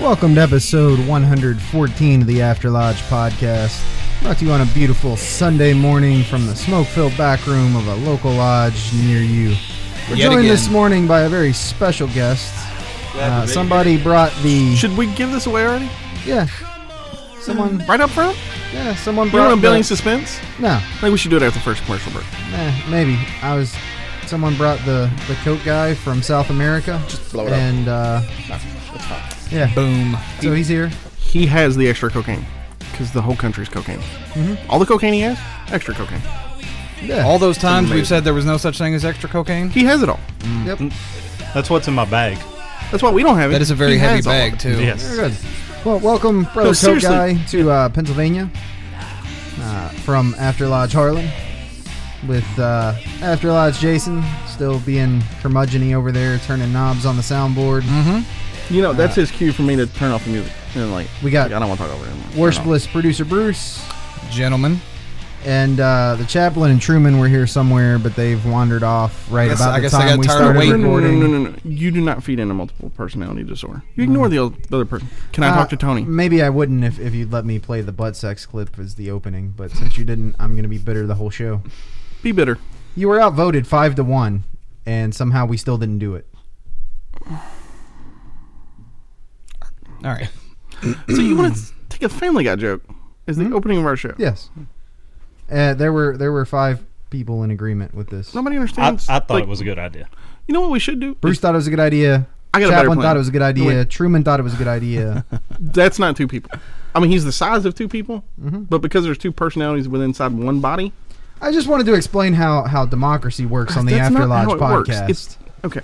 Welcome to episode 114 of the After Lodge podcast. Brought to you on a beautiful Sunday morning from the smoke filled back room of a local lodge near you. We're Yet joined again. this morning by a very special guest. Uh, somebody brought the. Should we give this away already? Yeah. Um, Someone. Right up front? Yeah, someone You brought. want the- a building suspense? No, I think we should do it after the first commercial break. eh, maybe. I was. Someone brought the, the coat guy from South America. Just blow it up. and, uh, yeah. Boom. So he's here. He has the extra cocaine because the whole country's cocaine. Mm-hmm. All the cocaine he has, extra cocaine. Yeah. All those times Amazing. we've said there was no such thing as extra cocaine. He has it all. Yep. That's what's in my bag. That's why we don't have it. That is a very He heavy has all of bag it. too. Yes. Very good. Well, welcome, brother No, Coke seriously. guy, to uh, Pennsylvania uh, from After Lodge Harlan. With uh, After Lodge Jason still being curmudgeony over there, turning knobs on the soundboard. Mm-hmm. You know, that's his cue for me to turn off the music. And like, We got- like, I don't want to talk over him. Worshipless producer Bruce Gentlemen. and uh, the chaplain and Truman were here somewhere, but they've wandered off right Guess- about I the guess they time got we tired of started No, waiting. no, no, recording. no, no, no. You do not feed into multiple personality disorder. You Mm. ignore the oth- the other person. Can I talk Uh, to Tony? Maybe I wouldn't if, if you'd let me play the butt sex clip as the opening, but since you didn't, I'm going to be bitter the whole show. Be bitter. You were outvoted five to one, and somehow we still didn't do it. All right. so you want to take a Family Guy joke as Mm-hmm. the opening of our show? Yes. Uh, there were there were five people in agreement with this. Nobody I, I understands. thought like, it was a good idea. You know what we should do? Bruce thought it was a good idea. I got a better Chaplin plan. thought it was a good idea. Wait. Truman thought it was a good idea. That's not two people. I mean, he's the size of two people, Mm-hmm. but because there's two personalities within inside one body, I just wanted to explain how, how democracy works on the that's not After Lodge how it works. podcast. It's- okay.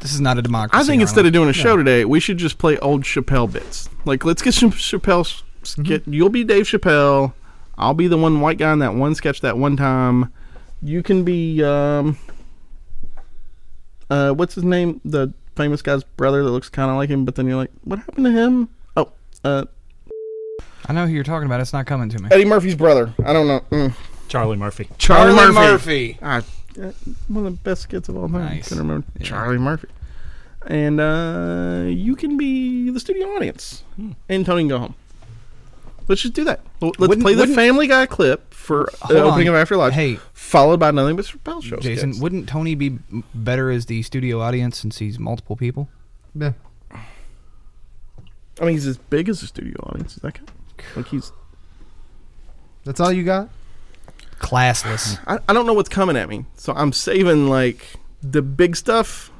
This is not a democracy. I think instead Arnold. of doing a show today, we should just play old Chappelle bits. Like, let's get some Chappelle. s- s- Mm-hmm. Get you'll be Dave Chappelle. I'll be the one white guy in that one sketch that one time. You can be um, uh, what's his name? The famous guy's brother that looks kind of like him, but then you're like, what happened to him? Oh, uh, I know who you're talking about. It's not coming to me. Eddie Murphy's brother. I don't know. Mm. Charlie Murphy. Charlie Murphy. Ah, uh, one of the best skits of all time. Nice. Couldn't remember Yeah. Charlie Murphy. And uh, you can be the studio audience, Hmm. and Tony can go home. Let's just do that. Well, Let's Wouldn't- play the wouldn't- Family Guy clip for Hold the opening on. of After Lodge, Hey. followed by nothing but Chappelle show. Jason, skits. wouldn't Tony be m- better as the studio audience since he's multiple people? yeah. I mean, he's as big as the studio audience. Is that count? Like he's. That's all you got? Classless. I, I don't know what's coming at me, so I'm saving like the big stuff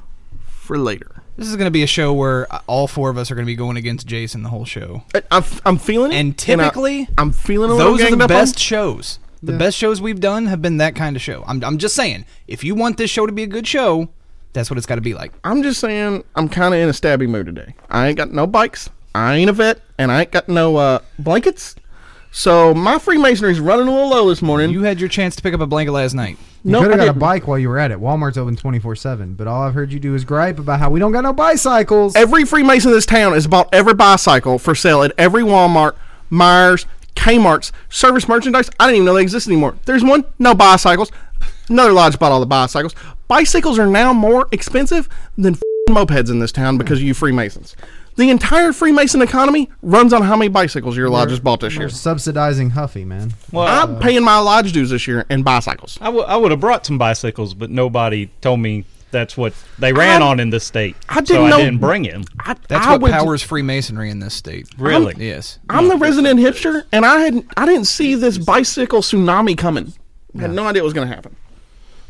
for later. this is going to be a show where uh, all four of us are going to be going against Jason the whole show. I, I'm, I'm feeling it, And typically, I, am feeling a little Those are ganged the up on- best shows. The Yeah. best shows we've done have been that kind of show. I'm, I'm just saying, if you want this show to be a good show, that's what it's got to be like. I'm just saying I'm kind of in a stabby mood today. I ain't got no bikes. I ain't a vet, and I ain't got no uh, blankets. So my Freemasonry's running a little low this morning. You had your chance to pick up a blanket last night. You no, could I have got a didn't. bike while you were at it. Walmart's open 24 7, but all I've heard you do is gripe about how we don't got no bicycles. Every Freemason in this town has bought every bicycle for sale at every Walmart, Myers, Kmart's service merchandise. I didn't even know they exist anymore. There's one, no bicycles. Another lodge bought all the bicycles. Bicycles are now more expensive than f***ing mopeds in this town because of you Freemasons. The entire Freemason economy runs on how many bicycles your lodge has bought this year. They're subsidizing Huffy, man. Well, I'm paying my lodge dues this year in bicycles. I, w- I would have brought some bicycles, but nobody told me that's what they ran I- on in this state. I so didn't know- I didn't bring him. I, That's I what went to- powers Freemasonry in this state. Really? Yes. I'm the resident hipster, and I had I didn't see this bicycle tsunami coming. I had no idea it was going to happen.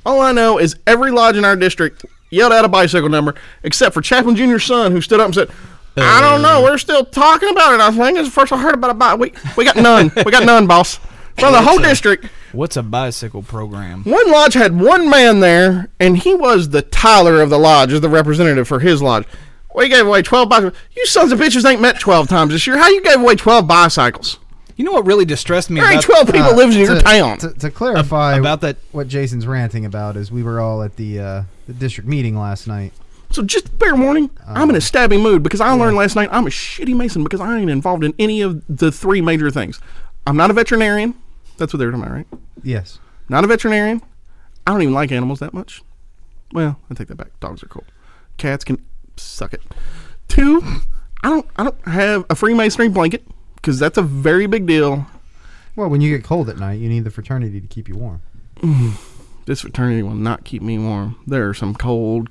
All I know is every lodge in our district yelled out a bicycle number, except for Chaplain Junior's son, who stood up and said, "I don't know. We're still talking about it. I think it's the first I heard about a bike. We we got none. we got none, boss. From the whole district, What's a bicycle program? one lodge had one man there, and he was the Tyler of the lodge, as the representative for his lodge. We gave away twelve bicycles. You sons of bitches ain't met twelve times this year. How you gave away twelve bicycles? You know what really distressed me There ain't 12 about, people Uh, lives in to- your town. To, to clarify about that? what Jason's ranting about is we were all at the uh, the district meeting last night. so just fair warning, I'm in Uh-huh. a stabby mood because I learned last night I'm a shitty mason because I ain't involved in any of the three major things. I'm not a veterinarian. That's what they were talking about, right? Yes. Not a veterinarian. I don't even like animals that much. Well, I take that back. Dogs are cool. Cats can suck it. Two, I don't I don't have a Freemasonry blanket because that's a very big deal. Well, when you get cold at night, you need the fraternity to keep you warm. This fraternity will not keep me warm. There are some cold,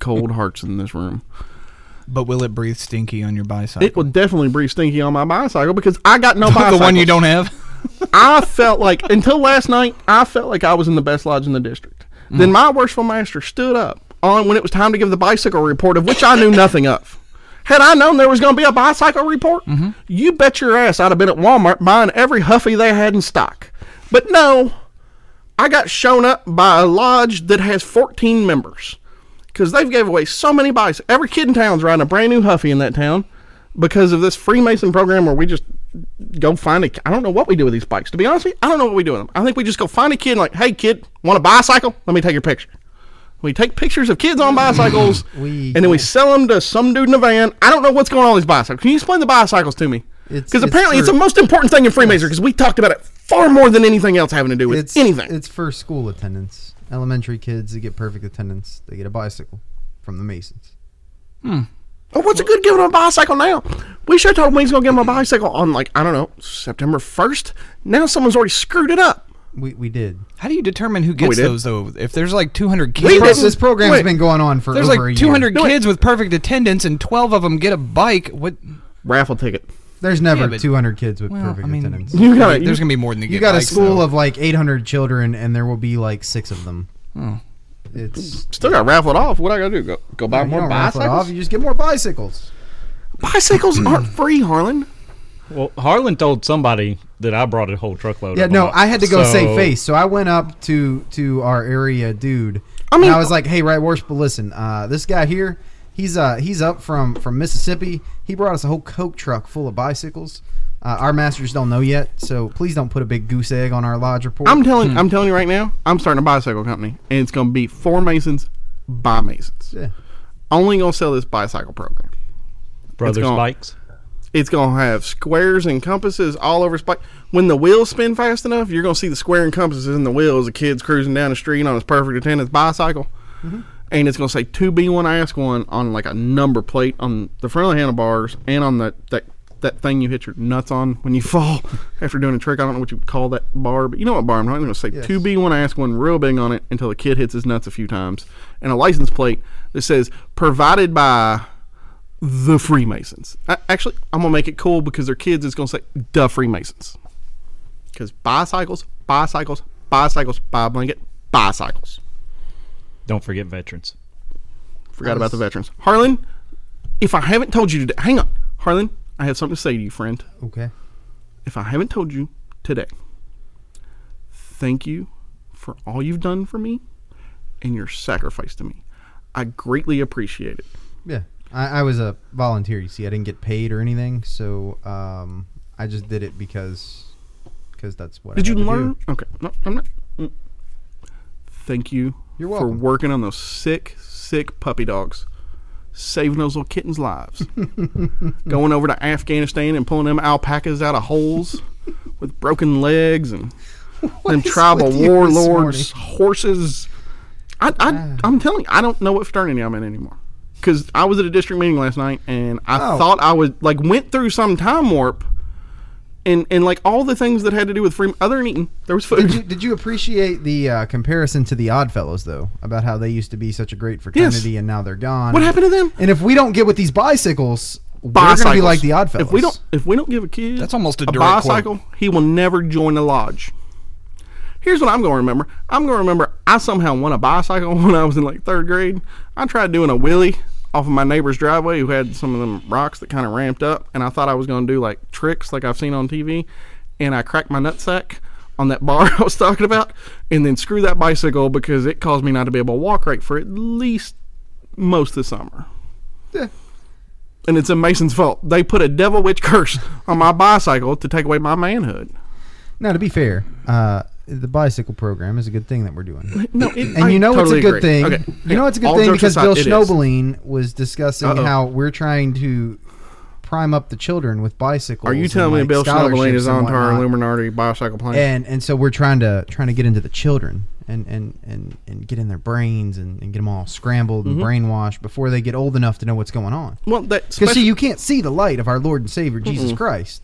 cold hearts in this room. But will it breathe stinky on your bicycle? It would definitely breathe stinky on my bicycle because I got no the bicycle. one you don't have. I felt like until last night, I felt like I was in the best lodge in the district. Mm. Then my worshipful master stood up on when it was time to give the bicycle report, of which I knew nothing of. Had I known there was going to be a bicycle report, Mm-hmm. you bet your ass I'd have been at Walmart buying every Huffy they had in stock. But no, I got shown up by a lodge that has 14 members because they've gave away so many bikes. Every kid in town's riding a brand new Huffy in that town because of this Freemason program where we just go find a. I don't know what we do with these bikes. To be honest with you, I don't know what we do with them. I think we just go find a kid and like, hey kid, want a bicycle? Let me take your picture. We take pictures of kids on bicycles, We- and then we sell them to some dude in a van. I don't know what's going on with these bicycles. Can you explain the bicycles to me? It's- Because it's apparently it's for- the most important thing in Freemasonry because we talked about it far more than anything else having to do with It's anything. It's for school attendance. Elementary kids that get perfect attendance, they get a bicycle from the Masons. Oh, what's a good giving him a bicycle now? We should have told him we was gonna give him a bicycle on like I don't know September first. Now someone's already screwed it up. We we did. How do you determine who gets Oh, did. those though? If there's like 200 kids, We This, didn't- this program's wait. been going on for there's over a like year. 200 No, wait. kids with perfect attendance, and 12 of them get a bike. What? Raffle ticket. There's never Yeah, but- 200 kids with Well, perfect I mean, attendance. You gotta. there's gonna be more than you You got a school of like 800 children, and there will be like six of them. It's still got raffled off. What I gotta do? Go go buy you more don't raffle it off. bicycles. You Mm. just get more bicycles. Bicycles aren't free, Harlan. Well, Harlan told somebody that I brought a whole truckload. Yeah, of no, them. I had to go So- save face, so I went up to to our area dude. I and mean- I was like, "Hey, right worship, listen, uh, this guy here, he's uh he's up from from Mississippi. He brought us a whole coke truck full of bicycles. Uh, our masters don't know yet, so please don't put a big goose egg on our lodge report. I'm telling. I'm telling you right now. I'm starting a bicycle company, and it's gonna be for Masons, by Masons. Yeah. Only gonna sell this bicycle program. Brothers gone. Bikes. It's gonna have squares and compasses all over spike. When the wheels spin fast enough, you're gonna see the square and compasses in the wheel as a kid's cruising down the street on his perfect attendance bicycle. And it's gonna say two B one ask one on like a number plate on the front of the handlebars and on that that that thing you hit your nuts on when you fall after doing a trick. I don't know what you would call that bar, but you know what bar I'm talking about. It's gonna say two B one ask one real big on it until the kid hits his nuts a few times. And a license plate that says provided by the Freemasons. I, actually, I'm gonna make it cool because their kids is gonna say the Freemasons. Because bicycles, bicycles, bicycles, buy a blanket, bicycles. Don't forget veterans. Forgot about the veterans. Harlan, if I haven't told you today, hang on, Harlan, I have something to say to you, friend. Okay. If I haven't told you today, thank you for all you've done for me and your sacrifice to me. I greatly appreciate it. Yeah, I, I was a volunteer. You see, I didn't get paid or anything, so um, I just did it because because that's what. I Did you had to do. learn? Okay, no, I'm not. mm. Thank you You're for welcome. working on those sick, sick puppy dogs. saving those little kittens' lives. Going over to Afghanistan and pulling them alpacas out of holes with broken legs and them is tribal with you this warlords' horses. I, I, I'm telling you, I don't know what fraternity I'm in anymore. Because I was at a district meeting last night and I Oh. thought I was like went through some time warp. And, and like all the things that had to do with free other than eating, there was food. Did you, did you appreciate the uh, comparison to the Oddfellows though about how they used to be such a great fraternity and now they're gone? What happened to them? And if we don't get with these bicycles, we're bicycles. gonna be like the Oddfellows. If we don't, if we don't give a kid That's almost a a direct quote. bicycle, he will never join the lodge. Here's what I'm going to remember. I'm going to remember I somehow won a bicycle when I was in like third grade. I tried doing a wheelie off of my neighbor's driveway who had some of them rocks that kind of ramped up, and I thought I was going to do like tricks like I've seen on TV, and I cracked my nutsack on that bar I was talking about, and then screw that bicycle because it caused me not to be able to walk right for at least most of the summer and it's in Mason's fault. They put a devil witch curse on my bicycle to take away my manhood. now to be fair, uh, the bicycle program is a good thing that we're doing. No, it, And I you know totally it's a good agree. thing. Okay, You know yeah, it's a good all thing jokes because aside, Bill it is. Schnobeling was discussing Uh-oh. how we're trying to prime up the children with bicycles. Are you and, telling me like, Bill Schnobeling scholarships is and on to our whatnot. Illuminati bicycle plan? and and so we're trying to trying to get into the children and and and and get in their brains and, and get them all scrambled and brainwashed before they get old enough to know what's going on Mm-hmm. well, that because see special- you can't see the light of our lord and savior jesus christ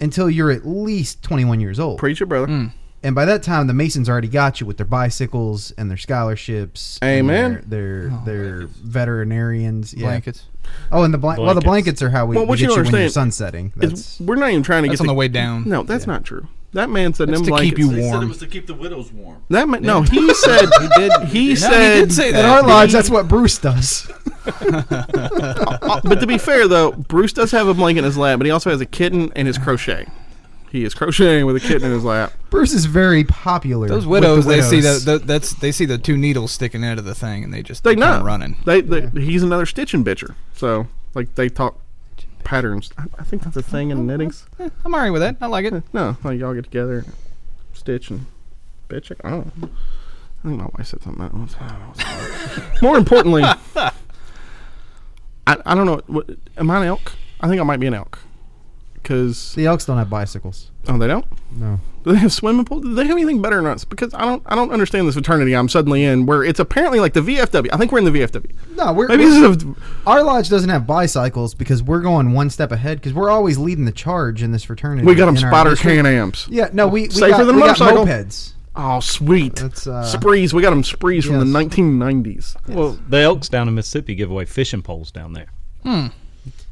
until you're at least 21 years old preacher, brother. Hmm, and by that time the masons already got you with their bicycles and their scholarships and Amen. their Oh, their, their veterinarians yeah. blankets. oh and the blan- well the Blankets. blankets are how we, Well, we what you get you, when don't you're understand sunsetting It's, that's we're not even trying to That's get on the- the way down. No, that's not true. That man said That's them to keep blankets. you They said it warm. was to keep the widows warm. That man, no, he said he did. He No, said he did say at that. our lodge that's what bruce does Uh, but to be fair though, Bruce does have a blanket in his lap, but he also has a kitten and his crochet. He is crocheting with a kitten in his lap. Bruce is very popular. Those with the widows, they see the, widows. the that's they see the two needles sticking out of the thing, and they just They keep on know running. They, they he's another stitching bitcher. So like they talk patterns. I, I think that's a thing in knittings. Eh, I'm alright with that. I like it. No, like y'all get together, and stitch and bitch. I don't. know. I think my wife said something. That once. I don't know what's going on. More importantly, I, I don't know. What, am I an elk? I think I might be an elk. Cause The Elks don't have bicycles. oh, they don't. No. Do they have swimming pool? Do they have anything better than us? Because I don't. I don't understand this fraternity I'm suddenly in, where it's apparently like the VFW. I think we're in the VFW. No, we're, Maybe we're- this is a our lodge doesn't have bicycles because we're going one step ahead because we're always leading the charge in this fraternity. We got them in our spotter district. can amps. Yeah, no, we, we Safer got, than a we got motorcycle. mopeds. Oh, sweet. That's, uh, sprees. We got them sprees from the yes. 1990s. Well, the elks down in Mississippi give away fishing poles down there. Hmm.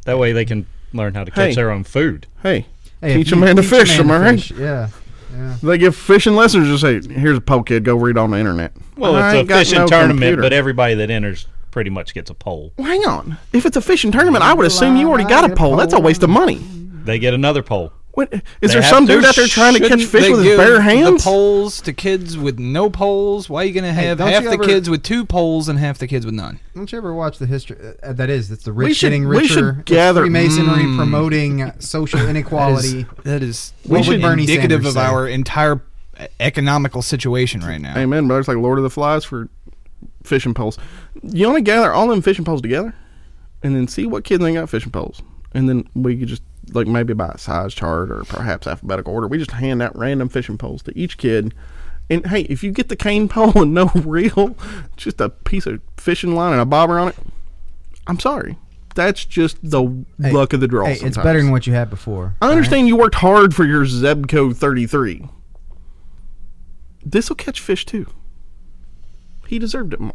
That way they can learn how to catch Hey. their own food. Hey, Hey, teach if a you- man to teach fish. Am I right? fish, Yeah. Yeah. They give fishing lessons. Just say, "Here's a pole, kid. Go read on the internet." Well, I ain't it's a got fishing no tournament, computer. but everybody that enters pretty much gets a pole. Well, hang on. If it's a fishing tournament, I would assume you already got a pole. That's a waste of money. They get another pole. What, is They there have some to. dude out there trying to catch Shouldn't fish they with his give bare hands? The poles to kids with no poles. Why are you going to have don't half you the ever- kids with two poles and half the kids with none? Don't you ever watch the history? Uh, that is, that's the rich should- getting we richer. should it's gather- Mm. Freemasonry promoting social That is- inequality. That is We well, should- Bernie indicative Sanders of say. our entire uh, economical situation right now. Amen, brother. It's like Lord of the Flies for fishing poles. You want to gather all them fishing poles together, and then see what kids ain't got fishing poles, and then we could just like maybe by size chart or perhaps alphabetical order. We just hand out random fishing poles to each kid. And hey, if you get the cane pole and no reel, just a piece of fishing line and a bobber on it, I'm sorry. That's just the luck of the draw. Hey, it's better sometimes. than what you had before. I understand you worked hard for your Zebco 33. This will catch fish too. He deserved it more.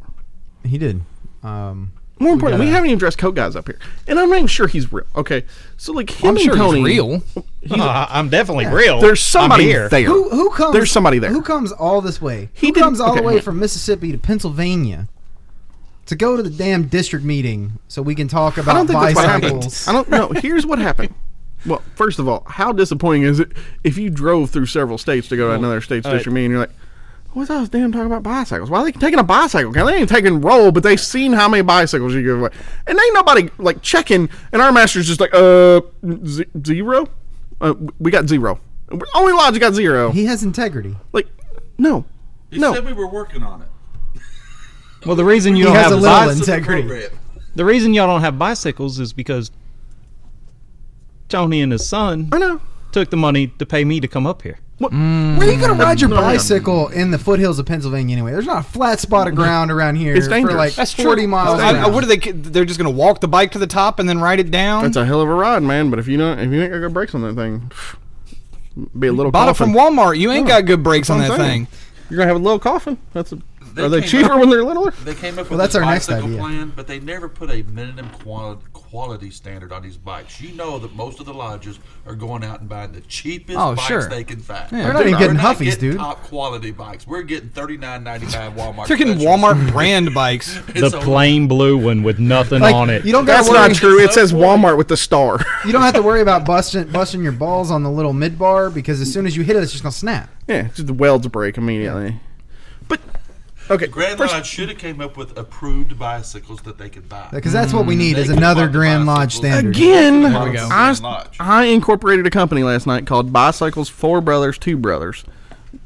He did. Um, More importantly, we gotta- haven't even dressed coat guys up here, and I'm not even sure he's real. Okay, so like him I'm and sure Tony, he's real. I'm definitely real. There's I'm somebody here. there. Who who comes? There's somebody there. Who comes all this way? He who didn't- comes all okay. the way from Mississippi to Pennsylvania to go to the damn district meeting so we can talk about I don't think that's what happened. bicycles? I don't know. Here's what happened. Well, first of all, how disappointing is it if you drove through several states to go to another state's all right. district meeting? and You're like, what's all this damn talking about bicycles? Why are they taking a bicycle? Now, They ain't taking roll, but they've seen how many bicycles you give away, and ain't nobody like checking. And our master's just like, uh, z- zero. Uh, we got zero. Only lodge got zero. He has integrity. like, no, He no. said we were working on it. Well, the reason He you don't has have a little bicycles, It's a integrity. program. The reason y'all don't have bicycles is because Tony and his son I know. took the money to pay me to come up here. What? Mm. Where are you going to ride your No, no, no. bicycle in the foothills of Pennsylvania anyway? There's not a flat spot of ground around here It's for dangerous. like That's 40 miles. I- I- around. what are they? They're just gonna walk the bike to the top and then ride it down. That's a hell of a ride, man. But if you not, if you ain't got good brakes on that thing, be a little Bought it coffin. from Walmart. You ain't got good brakes on That's that what I'm saying. thing. You're gonna have a little coffin. That's a, They are they came cheaper up- when they're littler? They came up with Well, that's this our next bicycle idea. plan, but they never put a minimum quality, quality standard on these bikes. You know that most of the lodges are going out and buying the cheapest Oh, bikes sure. they can find. They're not even We're getting not Huffies, getting dude. Top quality bikes. We're getting thirty nine ninety nine Walmart. They're getting specials. Walmart brand bikes. The It's a- plain blue one with nothing Like, on it. You don't got That's to worry. not true. It says Walmart with the star. You don't have to worry about busting busting your balls on the little mid bar because as soon as you hit it, it's just gonna snap. yeah, just the welds break immediately. But okay, Grand first- Lodge should have came up with approved bicyles that they could buy. Because Mm. that's what we need They is can another buy the Grand Lodge standard. bicycles. again. we go. I, Grand Lodge. I incorporated a company last night called Bicycles Four Brothers Two Brothers,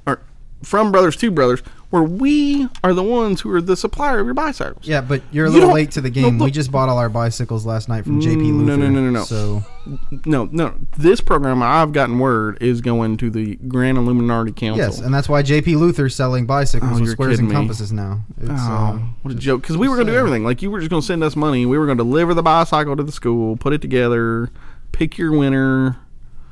or from Brothers Two Brothers, where we are the ones who are the supplier of your bicycles. Yeah, but you're a You little don't- late to the no, game. we look- just bought all our bicycles last night from JP Luther. Mm, no, no, no, no. So No, no. This program I've gotten word is going to the Grand Illuminati Council. yes, and that's why JP Luther's selling bicycles Oh, with you're squares kidding and me. compasses now. It's, uh, Oh, what a joke! Because we were going to do everything. Like you were just going to send us money. We were going to deliver the bicycle to the school, put it together, pick your winner.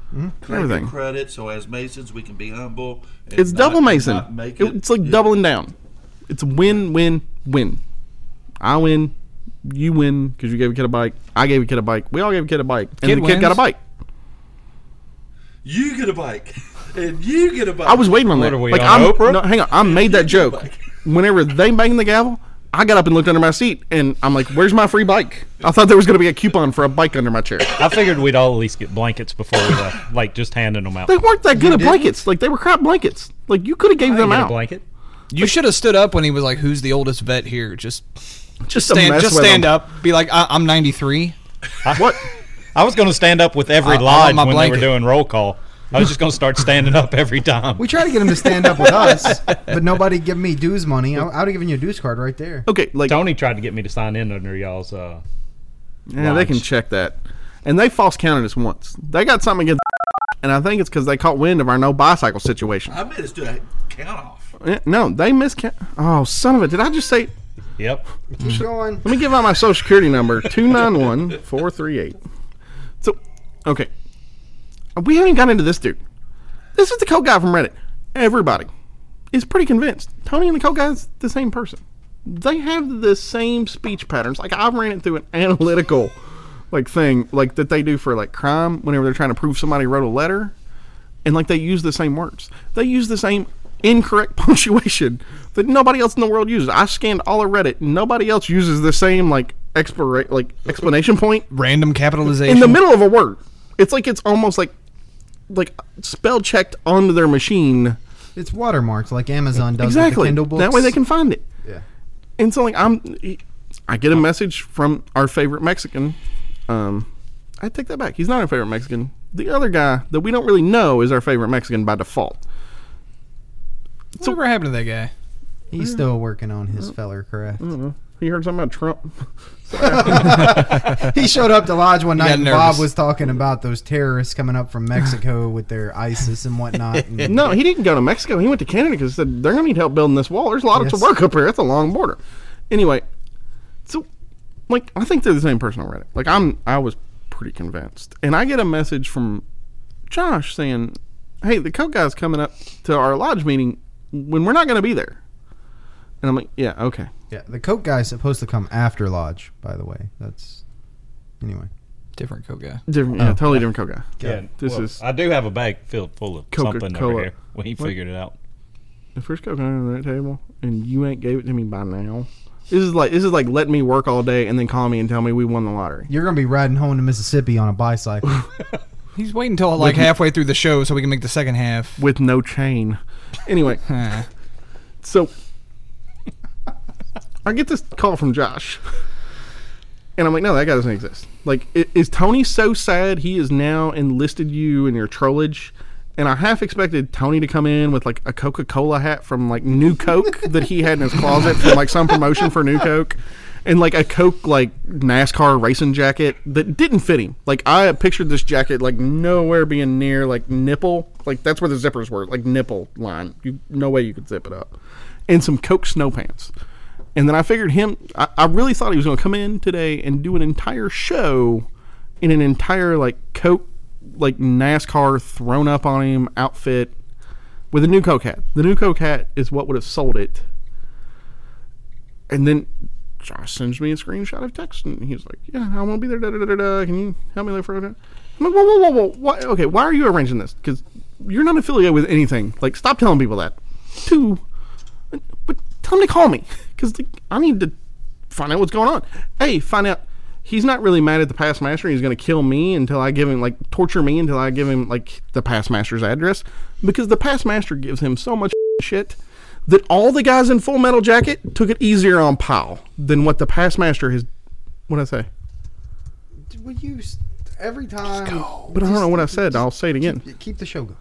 Hmm? Claim your Everything. credit, so as Masons we can be humble. and It's not- double Mason. not make It- it- it's like yeah. doubling down. It's win, win, win. I win, you win because you gave a kid a bike. I gave a kid a bike. We all gave a kid a bike, and Kid the kid got a wins. bike. You get a bike, and you get a bike. I was waiting on What that. are we, like on I'm, Oprah? no, hang on, I made that joke. Whenever they banged the gavel, I got up and looked under my seat, and I'm like, "Where's my free bike?" I thought there was going to be a coupon for a bike under my chair. I figured we'd all at least get blankets before we left, like just handing them out. They weren't that good at blankets. Like they were crap blankets. Like you could have gave I them didn't get a out. blanket. You should have stood up when he was like, "Who's the oldest vet here?" Just Just to stand, mess just with stand them. up. Be like, I- "I'm 93." What? I was going to stand up with every I- I want lodge my when blanket. they were doing roll call. I was just going to start standing up every time. we try to get him to stand up with us, but nobody give me dues money. I, I would have given you a dues card right there. Okay, like Tony tried to get me to sign in under y'all's. Uh, yeah, they can lodge. check that. And they false counted us once. They got something against, and I think it's because they caught wind of our no bicycle situation. I made us do a count off. Eh, No, they miscount. Oh, son of a! Did I just say? yep. Keep going. Let me give out my social security number two nine one four three eight. So, okay, we haven't got into this dude. This is the code guy from Reddit. Everybody is pretty convinced Tony and the code guy's the same person. They have the same speech patterns. Like I've ran it through an analytical like thing like that they do for like crime whenever they're trying to prove somebody wrote a letter and like they use the same words. They use the same incorrect punctuation that nobody else in the world uses. I scanned all of Reddit. and Nobody else uses the same like expira- like explanation point Random capitalization. in the middle of a word. It's like it's almost like like spell checked onto their machine. It's watermarked like Amazon does with the Exactly. Kindle books. That way they can find it. Yeah. And so like I'm I get a message from our favorite Mexican. Um I take that back. He's not our favorite Mexican. The other guy that we don't really know is our favorite Mexican by default. Whatever happened to that guy? He's still working on his feller craft. He heard something about Trump. he showed up to lodge one night got and nervous. Bob was talking about those terrorists coming up from Mexico with their ISIS and whatnot. And No, he didn't go to Mexico. He went to Canada because said they're gonna need help building this wall. There's a lot of Yes. work up here. It's a long border. Anyway, so like I think they're the same person on Reddit. Like I'm, I was pretty convinced, and I get a message from Josh saying, "Hey, the code guy's coming up to our lodge meeting when we're not gonna be there." And I'm like, "Yeah, okay." Yeah, the coke guy's supposed to come after lodge. By the way, that's anyway. Different co guy. Different, yeah, totally different code guy. Yeah. this well, is I do have a bag filled full of something Coca-Cola. over here. We What? figured it out. the first code guy on that table, and you ain't gave it to me by now. This is like this is like letting me work all day and then call me and tell me we won the lottery. You're gonna be riding home to Mississippi on a bicycle. He's waiting until like halfway through the show so we can make the second half. with no chain. Anyway, Huh. so I get this call from Josh, and I'm like, no, that guy doesn't exist. Like, i- is Tony so sad he is now enlisted you in your trollage? And I half expected Tony to come in with like a Coca Cola hat from like New Coke that he had in his closet from like some promotion for New Coke. and like a Coke like NASCAR racing jacket that didn't fit him. Like I pictured this jacket like nowhere being near like nipple. Like that's where the zippers were, like nipple line. You no way you could zip it up. And some Coke snow pants. And then I figured him I, I really thought he was gonna come in today and do an entire show in an entire like Coke like NASCAR thrown up on him outfit with a new Coke hat. The new Coke hat is what would have sold it. And then Josh sends me a screenshot of text, and he's like, "Yeah, I want to be there. Da, da, da, da, da. Can you help me look for it?" I'm like, "Whoa, whoa, whoa, whoa! Why, okay, why are you arranging this? Because you're not affiliated with anything. Like, stop telling people that. Two, but, but tell them to call me because like, I need to find out what's going on. Hey, find out." He's not really mad at the past master. He's going to kill me until I give him, like, torture me until I give him, like, the past master's address. Because the past master gives him so much shit that all the guys in Full Metal Jacket took it easier on Powell than what the past master has. What did I say? Well, you s- every time. But I don't know what I said. I'll say it again. You keep the show going.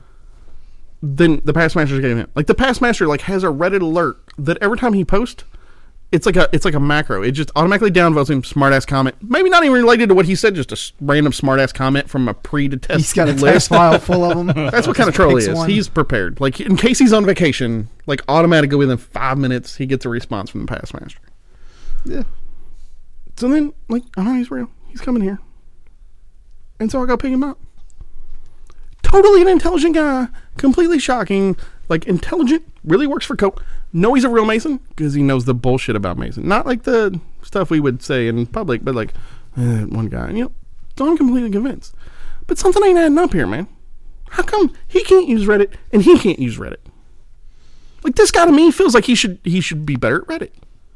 Then the past master's getting it. Like the past master like has a Reddit alert that every time he posts, it's like a it's like a macro. It just automatically downvotes him smartass comment. Maybe not even related to what he said. Just a s- random smartass comment from a pre-detested He's got a text list. file full of them. That's what kind of troll he Picks is. one. He's prepared. Like in case he's on vacation, like automatically within five minutes he gets a response from the past master. Yeah. So then, like, I know he's real. He's coming here. And so I go pick him up. Totally an intelligent guy. Completely shocking. Like, intelligent. Really works for Coke. No, he's a real Mason because he knows the bullshit about Mason. Not like the stuff we would say in public, but like, eh, one guy. You know, so I'm completely convinced. But something ain't adding up here, man. How come he can't use Reddit and he can't use Reddit? Like this guy to me feels like he should he should be better at Reddit.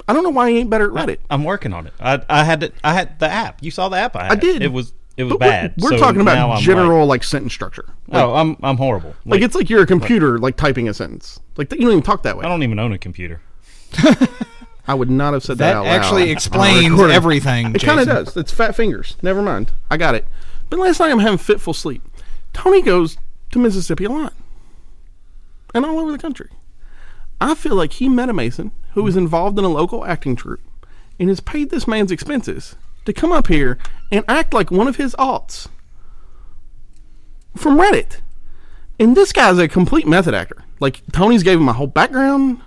I don't know why he ain't better at Reddit. I'm working on it. I I had to, I had the app. You saw the app I had. did. It was it was But we're- bad. We're, So talking now about I'm general Like, like, sentence structure. Like, oh, I'm I'm horrible. like, it's like you're a computer like typing a sentence. Like you don't even talk that way. I I, don't even own a computer. would not have said that. That out loud on actually a explains recording. everything. It kind of Jason. does. It's fat fingers. Never mind. I got it. But last night I'm having fitful sleep. Tony goes to Mississippi a lot, and all over the country. I feel like he met a Mason who was involved in a local acting troupe and has paid this man's expenses to come up here and act like one of his alts from Reddit. And this guy's a complete method actor. Like Tony's gave him a whole background,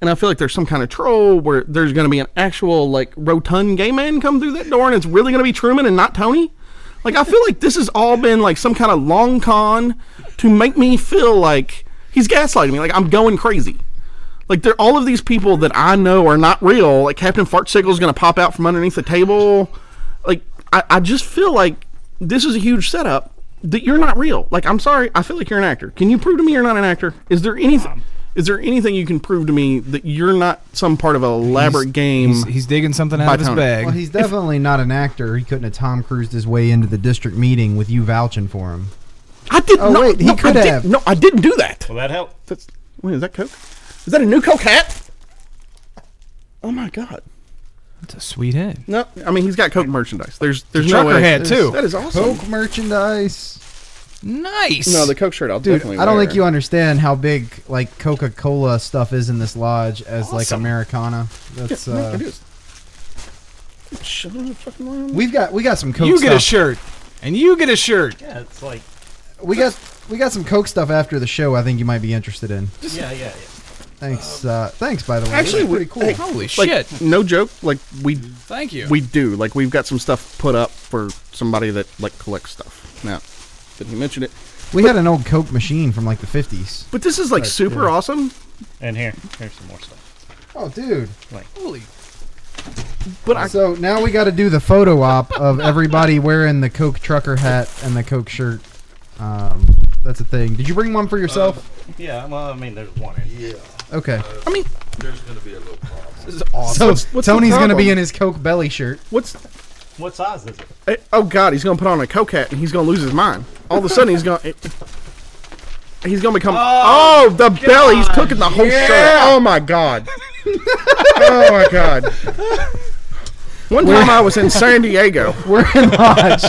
and I feel like there's some kind of troll where there's going to be an actual like rotund gay man come through that door, and it's really going to be Truman and not Tony. Like I feel like this has all been like some kind of long con to make me feel like he's gaslighting me, like I'm going crazy. Like they're all of these people that I know are not real. Like Captain Fartsickle is going to pop out from underneath the table. Like I, I just feel like this is a huge setup that you're not real. Like I'm sorry, I feel like you're an actor. Can you prove to me you're not an actor? Is there Um, anything? Is there anything you can prove to me that you're not some part of an elaborate game? He's, he's digging something out By of his Tony. bag. Well, he's definitely not an actor. He couldn't have Tom Cruised his way into the district meeting with you vouching for him. I did Oh, not. wait, he no, could I did- have. no, I didn't do that. Will that help? That's wait, is that Coke? Is that a new Coke hat? Oh my god. That's a sweet head. No, I mean he's got Coke merchandise. There's there's no trucker way. hat, too. That is awesome. Coke merchandise, Nice. No, the Coke shirt. I'll dude. definitely. I don't wear. think you understand how big like Coca Cola stuff is in this lodge as like Americana. That's No, uh, it is. Shut up, fucking line. we've got we got some Coke. you get a stuff. shirt, and you get a shirt. Yeah, it's like we got we got some Coke stuff after the show. I think you might be interested in. yeah, yeah, yeah. Thanks, uh, thanks by the way. This Actually, is we- pretty cool. hey, Holy like, shit! No joke. Like we Thank you. we do. Like we've got some stuff put up for somebody that like collects stuff. Now, did he mention it? we had an old Coke machine from like the fifties. But this is like super awesome. And here, here's some more stuff. Oh, dude. Holy. But I, So now we got to do the photo op of everybody wearing the Coke trucker hat and the Coke shirt. Um, that's a thing. Did you bring one for yourself? Yeah, well, I mean, there's one in. Yeah, Uh, Okay. I mean, there's going to be a little problem. This is awesome. So what's the Tony's going to be problem? in his Coke belly shirt. what's? What size is it? eh, Oh God, he's gonna put on a Coke hat and he's gonna lose his mind. All of a sudden, he's gonna. it- He's gonna become. Oh, the belly! He's cooking the whole shirt. Oh my god. oh my god. One time I was in San Diego. We're in Lodge.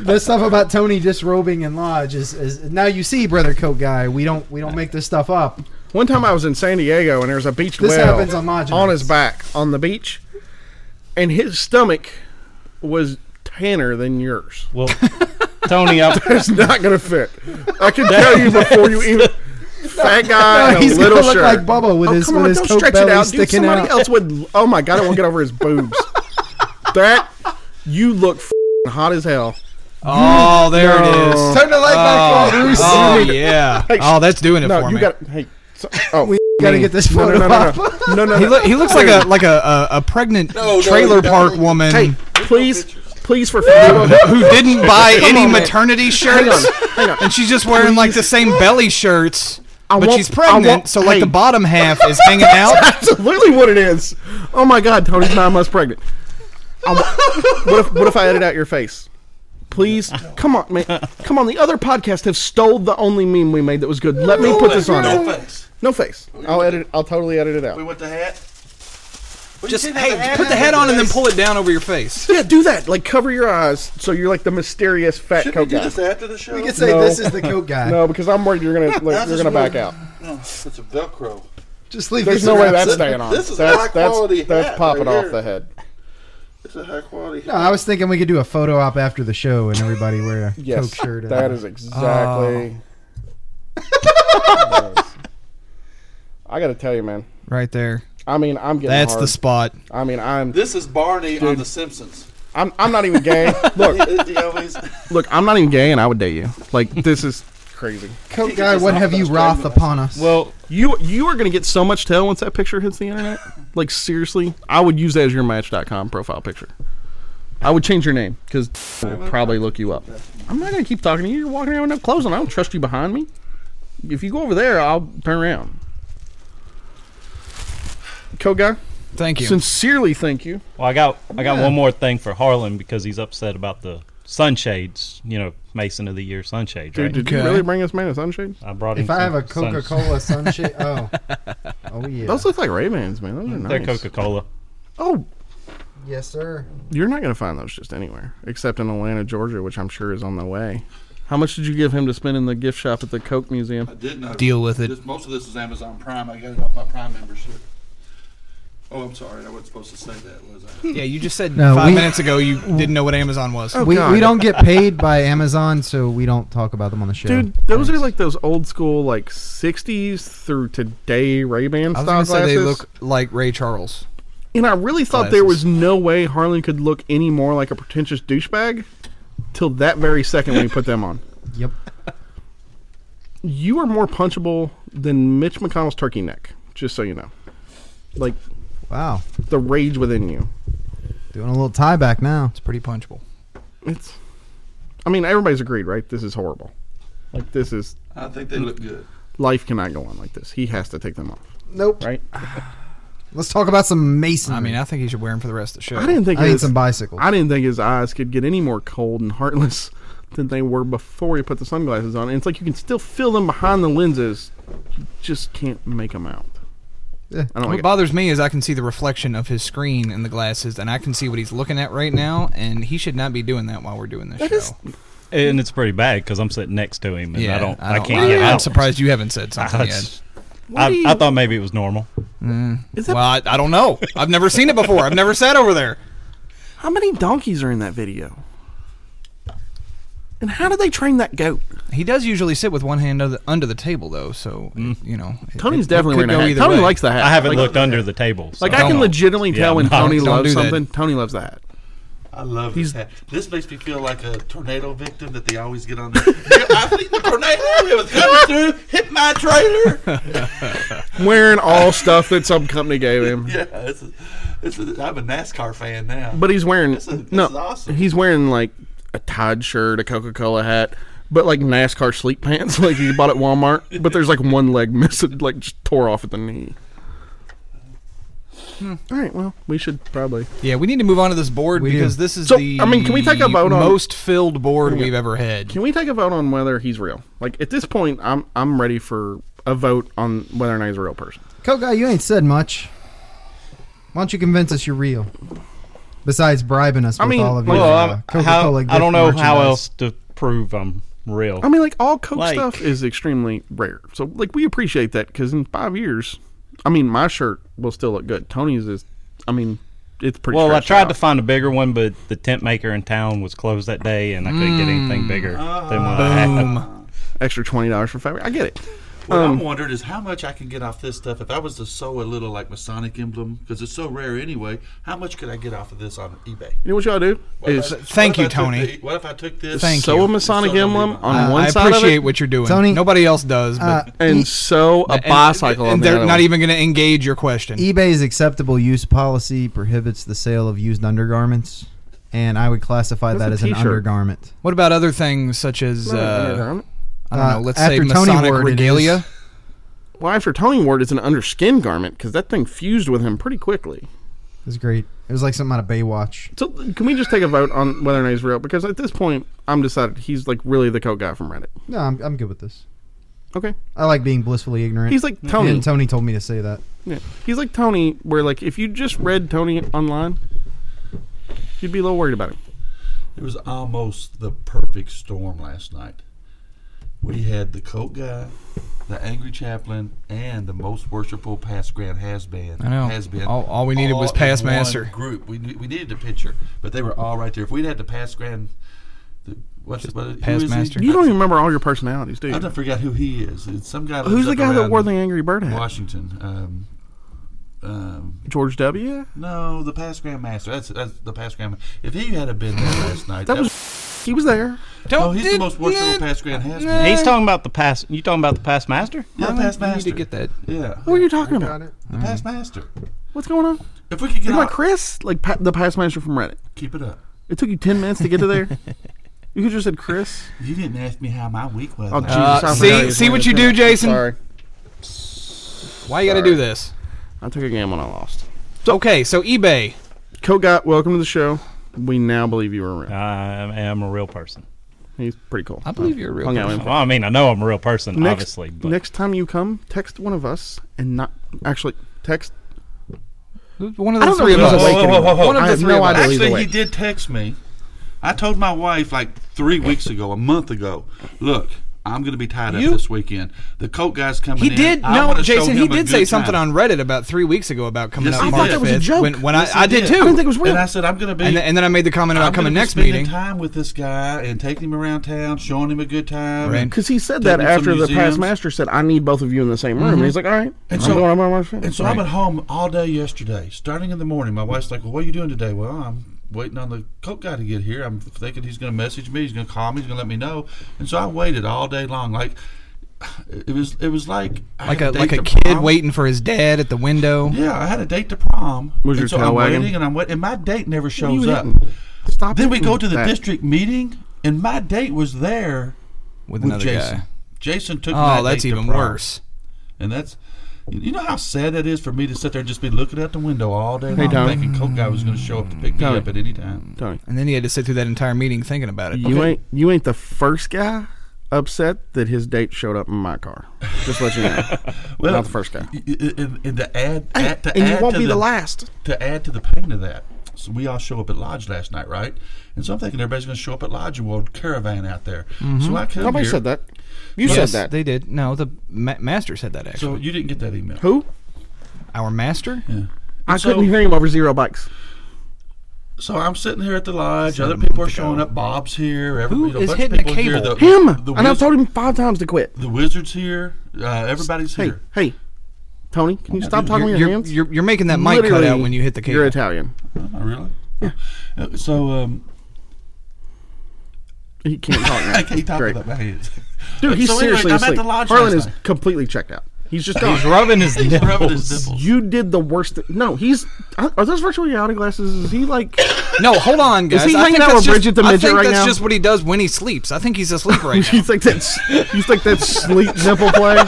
the stuff about Tony disrobing in Lodge is, is now you see, brother Coke guy. We don't we don't make this stuff up. One time I was in San Diego and there was a beach This whale happens on Lodge on nights. his back on the beach, and his stomach was tanner than yours. Well, Tony, I, It's not gonna fit. I can tell you before you even. Fat guy, in a he's gonna little look shirt. Oh, like Bubba with his- come with on, his don't Coke stretch belly it out, dude. sticking Somebody out. else would. Oh my god, I won't get over his boobs. that you look f***ing hot as hell. Oh, there it is. Turn the light back on, Bruce. Oh yeah. Oh, that's doing it No, for you me. got. Hey, so, oh, we gotta get this No, photo no, no, up. no, no, no, no. he, no. look, he looks like a like a a, a pregnant No, no, trailer no. park woman Hey, please, please, for fucking- who didn't buy any on, man. maternity Hang on, shirts, hang on. and she's just wearing like the same belly shirts. I But want- she's I pregnant, want- so like hey. the bottom half is hanging out. absolutely what it is. Oh my God, Tony's nine months pregnant. I wa- what if what if I edit out your face? Please, come on, man, come on. The other podcast have stole the only meme we made that was good. Let me put this on. No it. face. No face. I'll edit. I'll totally edit it We out. went to hat. Well, you Just can't hey, have a hat put the on head your on and then face. pull it down over your face. Yeah, do that. Like cover your eyes so you're like the mysterious fat Should we coat do guy. this after the show? You could say No. this is the coat guy. No, because I'm worried you're gonna I like, you're just gonna back wanted- out. No, it's a Velcro. Just leave There's these no way around. that's This- staying on. this is that's, high that's- quality That's hat popping right off here. the head. It's a high quality. No, I was thinking we could do a photo op after the show and everybody wear a Yes, coke shirt. and- that is exactly. I got to tell you, man. Right there. I mean, I'm getting. That's the hard. spot. I mean, I'm. This is Barney on The Simpsons. I'm. I'm not even gay. look, You know, he's- look. I'm not even gay, and I would date you. Like this is crazy. coat guy. What have you wroth upon us? well, You you are gonna get so much tail once that picture hits the internet. Like seriously, I would use that as your Match.com profile picture. I would change your name because will probably look you up. I'm not gonna keep talking to you. You're walking around with no clothes on. I don't trust you behind me. If you go over there, I'll turn around. Code guy, Thank you. sincerely thank you. well, I got I got one more thing for Harlan because he's upset about the sunshades. You know, Mason of the Year sunshades. Dude, Right? did you Okay. really bring this man a sunshade? I brought him. if I have a some Coca suns- Cola sunshade, oh, oh yeah, Those look like Ray Bans, man. Those are nice. they're Coca Cola. Oh, yes sir. you're not gonna find those just anywhere, except in Atlanta, Georgia, which I'm sure is on the way. How much did you give him to spend in the gift shop at the Coke Museum? I did not Deal with it. This, most of this is Amazon Prime. I got it off my Prime membership. Oh, I'm sorry. I wasn't supposed to say that, was I? Yeah, you just said No, five we- Oh, minutes ago you didn't know what Amazon was. we, God. we don't get paid by Amazon, so we don't talk about them on the show. Dude, those are like those old school like '60s through today Ray Ban I was style gonna say glasses. they look like Ray Charles. and I really thought there was glasses. no way Harlan could look any more like a pretentious douchebag till that very second when he put them on. yep. You are more punchable than Mitch McConnell's turkey neck. Just so you know, like Wow, the rage within you. doing a little tie back now. It's pretty punchable. It's, I mean, everybody's agreed, right? This is horrible. Like this is I think they look good. life cannot go on like this. He has to take them off, Nope. right? Let's talk about some masonry. I mean, I think he should wear them for the rest of the show. I didn't think I it need was- some bicycles. I didn't think his eyes could get any more cold and heartless than they were before he put the sunglasses on. And it's like you can still feel them behind the lenses, you just can't make them out. Yeah. I don't What like it. bothers me is I can see the reflection of his screen in the glasses, and I can see what he's looking at right now, and he should not be doing that while we're doing this show. And it's pretty bad because I'm sitting next to him and I don't. I, can't like get it. I'm out. surprised you haven't said something I, yet. What do you- I thought maybe it was normal. Well, I, I don't know. I've never seen it before. I've never sat over there. How many donkeys are in that video? And how did they train that goat? He does usually sit with one hand under the, under the table, though, so, you know. it- Mm. Tony's it- it definitely could wearing a go hat. either Tony way. likes the hat. I haven't like, looked under the table. so- Like I can Don't. legitimately Yeah, tell when no, Tony don't loves do that. something. Tony loves that. I love this hat. This makes me feel like a tornado victim that they always get on there. I think the tornado it was coming through, hit my trailer. Wearing all stuff that some company gave him. Yeah, it's a, it's a, I'm a NASCAR fan now. But he's wearing This is- this no. is awesome. He's wearing like a Tide shirt, a Coca Cola hat, but like NASCAR sleep pants, like he bought at Walmart. But there's like one leg missing, like just tore off at the knee. All right, well, we should probably. Yeah, we need to move on to this board do. because this is So, the I mean, can we take a vote on- most filled board we've ever had. Can we take a vote on whether he's real? Like at this point, I'm I'm ready for a vote on whether or not he's a real person. Coke guy, you ain't said much. Why don't you convince us you're real? Besides bribing us with mean, all of your well, uh, Well, I'm, how, Coca-Cola gift I don't know how merchandise. else to prove I'm real. I mean, like all Coke Like- stuff is extremely rare, so like we appreciate that because in five years, I mean, my shirt will still look good. Tony's is, I mean, it's pretty. Well, I stretched tried out. to find a bigger one, but the tent maker in town was closed that day, and I couldn't get Mm. anything bigger Ah. than what I had. extra twenty dollars for fabric. I get it. What Um, I'm wondering is how much I can get off this stuff. If I was to sew a little like Masonic emblem, because it's so rare anyway, how much could I get off of this on eBay? You know what y'all do What is if I- what Thank if you, I took Tony. the- what if I took this? Thank sew you. a Masonic Sew the emblem emblem. on I- one I side of appreciate it what you're doing. Tony- Nobody else does, but Uh, and sew a and- bicycle on and the they're other not one. even going to engage your question. E, eBay's acceptable use policy prohibits the sale of used undergarments, and I would classify That's that a as an t-shirt. undergarment. what about other things such as uh, I don't Uh, know? Let's after say Tony Masonic Ward, it regalia. is. Why for Tony Ward? It's an underskin garment because that thing fused with him pretty quickly. It was great. It was like something out of Baywatch. So can we just take a vote on whether or not he's real? Because at this point, I'm decided he's like really the coat guy from Reddit. No, I'm, I'm good with this. Okay, I like being blissfully ignorant. he's like Tony. And Tony told me to say that. Yeah. He's like Tony, where like if you just read Tony online, you'd be a little worried about him. It was almost the perfect storm last night. We had the coat guy, the angry chaplain, and the most worshipful past grand has been. I know. Has been. All- all we needed was in past one master. Group. We, ne- we needed a picture, but they were all right there. If we'd had the past grand, the, what's what, who past is he? master. You don't even remember all your personalities, do I you? don't forget who he is. It's some guy. that Who's lives the up guy that around wore the angry bird hat? Washington? Um, um, George W. no, the past grand master. That's that's the past grand. If he had have been there last night, That was he was there. Don't. Oh, he's the did- most worshipful yeah, past grand has been. nah. He's talking about the past. You talking about the past master? Yeah, the past You master. need to get that. Yeah, What are you talking about? the past master. What's going on? If we could get Mm-hmm. You're out, like Chris, like pa- the past master from Reddit. keep it up. It took you ten minutes to get to there. you could just said Chris. You didn't ask me how my week was. Uh, Oh, last Jesus! night. I forgot Uh, see- he was see wearing what a you do, helmet. Jason? Sorry, Why you got to do this? I took a gamble and I lost. Okay, so eBay. Kogat, welcome to the show. We now believe you were real. I am a real person. He's pretty cool. I believe you're a real Hung out with person. him. Well, I mean, I know I'm a real person, next, obviously. But next time you come, text one of us and not actually text. One of I don't the know three if of he's us. awake Whoa, whoa, whoa, whoa. One of I the have three no of us. idea. either Actually, way. he did text me. I told my wife like three weeks ago, a month ago. Look, I'm going to be tied You- up this weekend. The coat guy's coming. He in. did. I No, wanna show Jason, he him a did good say time. something on Reddit about three weeks ago about coming Yes, up he March did. I thought that was a 5th, joke. When, when Yes, I, I he did did. too. I didn't think it was real. And I said, I'm going to be. and, th- and then I made the comment about I'm gonna coming be next spending meeting. time with this guy and taking him around town, showing him a good time. Right. And, Because he said Take that him to after the past museums. Mm-hmm. master said, "I need both of you in the same room," and he's like, "All right." I'm And so- going on my March and 5th." so I'm at home all day yesterday, starting in the morning. My wife's like, "Well, what are you doing today?" Well, I'm waiting on the coat guy to get here. I'm thinking he's going to message me. He's going to call me. He's going to let me know. And so I waited all day long, like. It was it was like I Like a had like date a to kid prom. waiting for his dad at the window. Yeah, I had a date to prom. Was and your so tail I'm wagging? waiting and I'm waiting, and my date never You shows up. didn't. Stop. Then we hitting go to the that. district meeting, and my date was there With with another Jason. guy. Jason took. my Oh, date that's to even prom. worse. And that's, you you know how sad that is for me to sit there and just be looking out the window all day Hey, long, Tom. thinking Coke guy was going to show up to pick me Tom. up at any time. Tony, And then he had to sit through that entire meeting thinking about it. you ain't you ain't the first guy upset that his date showed up in my car. Just let you know, Well, not the first guy. y- y- And, and to add, add to and add you won't to be the last. to add to the pain of that. So we all show up at lodge last night, right? And so I'm thinking everybody's going to show up at lodge and we'll caravan out there. So I come Mm-hmm. Nobody here. said that. You Yes, said that. They did. No, the ma- master said that actually. So you didn't get that email. Who? Our master? I So- couldn't hear him over zero bikes. So I'm sitting here at the lodge. Other people are showing up. Bob's here. Everybody, Who is bunch of hitting the people Here. cable? The, Him. The, and I've wiz- told him five times to quit. the wizard's here. Uh, everybody's Hey, here. hey, Tony, can you stop talking You're, with your you're, hands? you're, you're making that mic cut Literally, out when you hit the cable. You're Italian. Am I Oh, really? Uh, So um, He can't talk now. I can't talk Great. about my hands. Dude, he's so anyway, seriously I'm asleep. at the lodge Harlan last is night. completely checked out. He's just gone. he's rubbing his He's nipples. rubbing his nipples. You did the worst. Th- no, he's. Are are those virtual reality glasses? Is he like? No, hold on, guys. he I hanging think out that's with just- Bridget the I Midget think right that's now? just what he does when he sleeps. I think he's asleep right now. he's like that. s- He's like that sleep nipple play.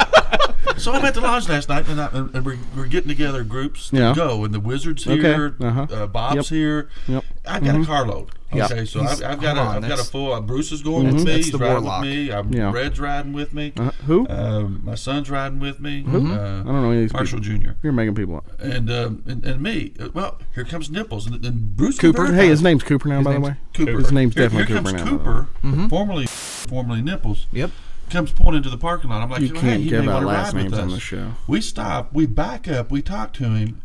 So I'm at the lodge last night, and, I, and and we're, we're getting together groups to Yeah. go. And the wizard's Okay, here, uh-huh. uh, Bob's Yep. here. Yep. Mm-hmm. I've got a carload. Yeah. Mm-hmm. Okay, so He's- I've, I've got a, hold on, I've got a that's- full. uh, Bruce is going with me. That's He's the riding warlock. with me. I'm, Yeah. Red's riding with me. Uh, who? Um, my son's riding with me. Uh, I Mm-hmm. don't know any of these Marshall Jr. You're making people up. and um, and, and me. Uh, Well, here comes nipples and, and Bruce Cooper? Converti- Hey, his name's Cooper now. by the way, Cooper. His name's Here- definitely here Cooper comes now. Mm-hmm. by the way. Cooper, formerly formerly nipples. Yep. Comes pulling into the parking lot. I'm like, You hey, can't he give may out wanna last ride with names on us." the show. Uh-huh. We stop. We back up. We talk to him.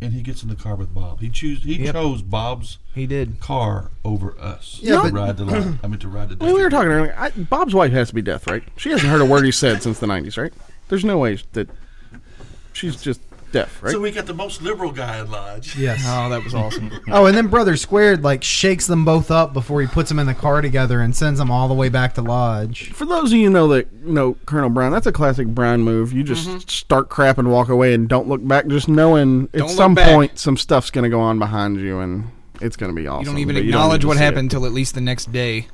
and he gets in the car with Bob. He choose he Yep. chose Bob's He did. car over us. Yeah, to but- ride the line. I mean to ride the. I mean, we were district. talking earlier. I, Bob's wife has to be death, right? She hasn't heard a word he said since the '90s, right? There's no way that she's just deaf, right? So we got the most liberal guy in lodge. Yes. Oh, that was awesome. Oh, and then Brother Squared like shakes them both up before he puts them in the car together and sends them all the way back to lodge. For those of you know that know Colonel Brown, that's a classic Brown move. You Mm-hmm. just start crap and walk away and don't look back, just knowing Don't at look some back. point some stuff's going to go on behind you and it's going to be awesome. You don't even but need acknowledge to what see it. happened till at least the next day.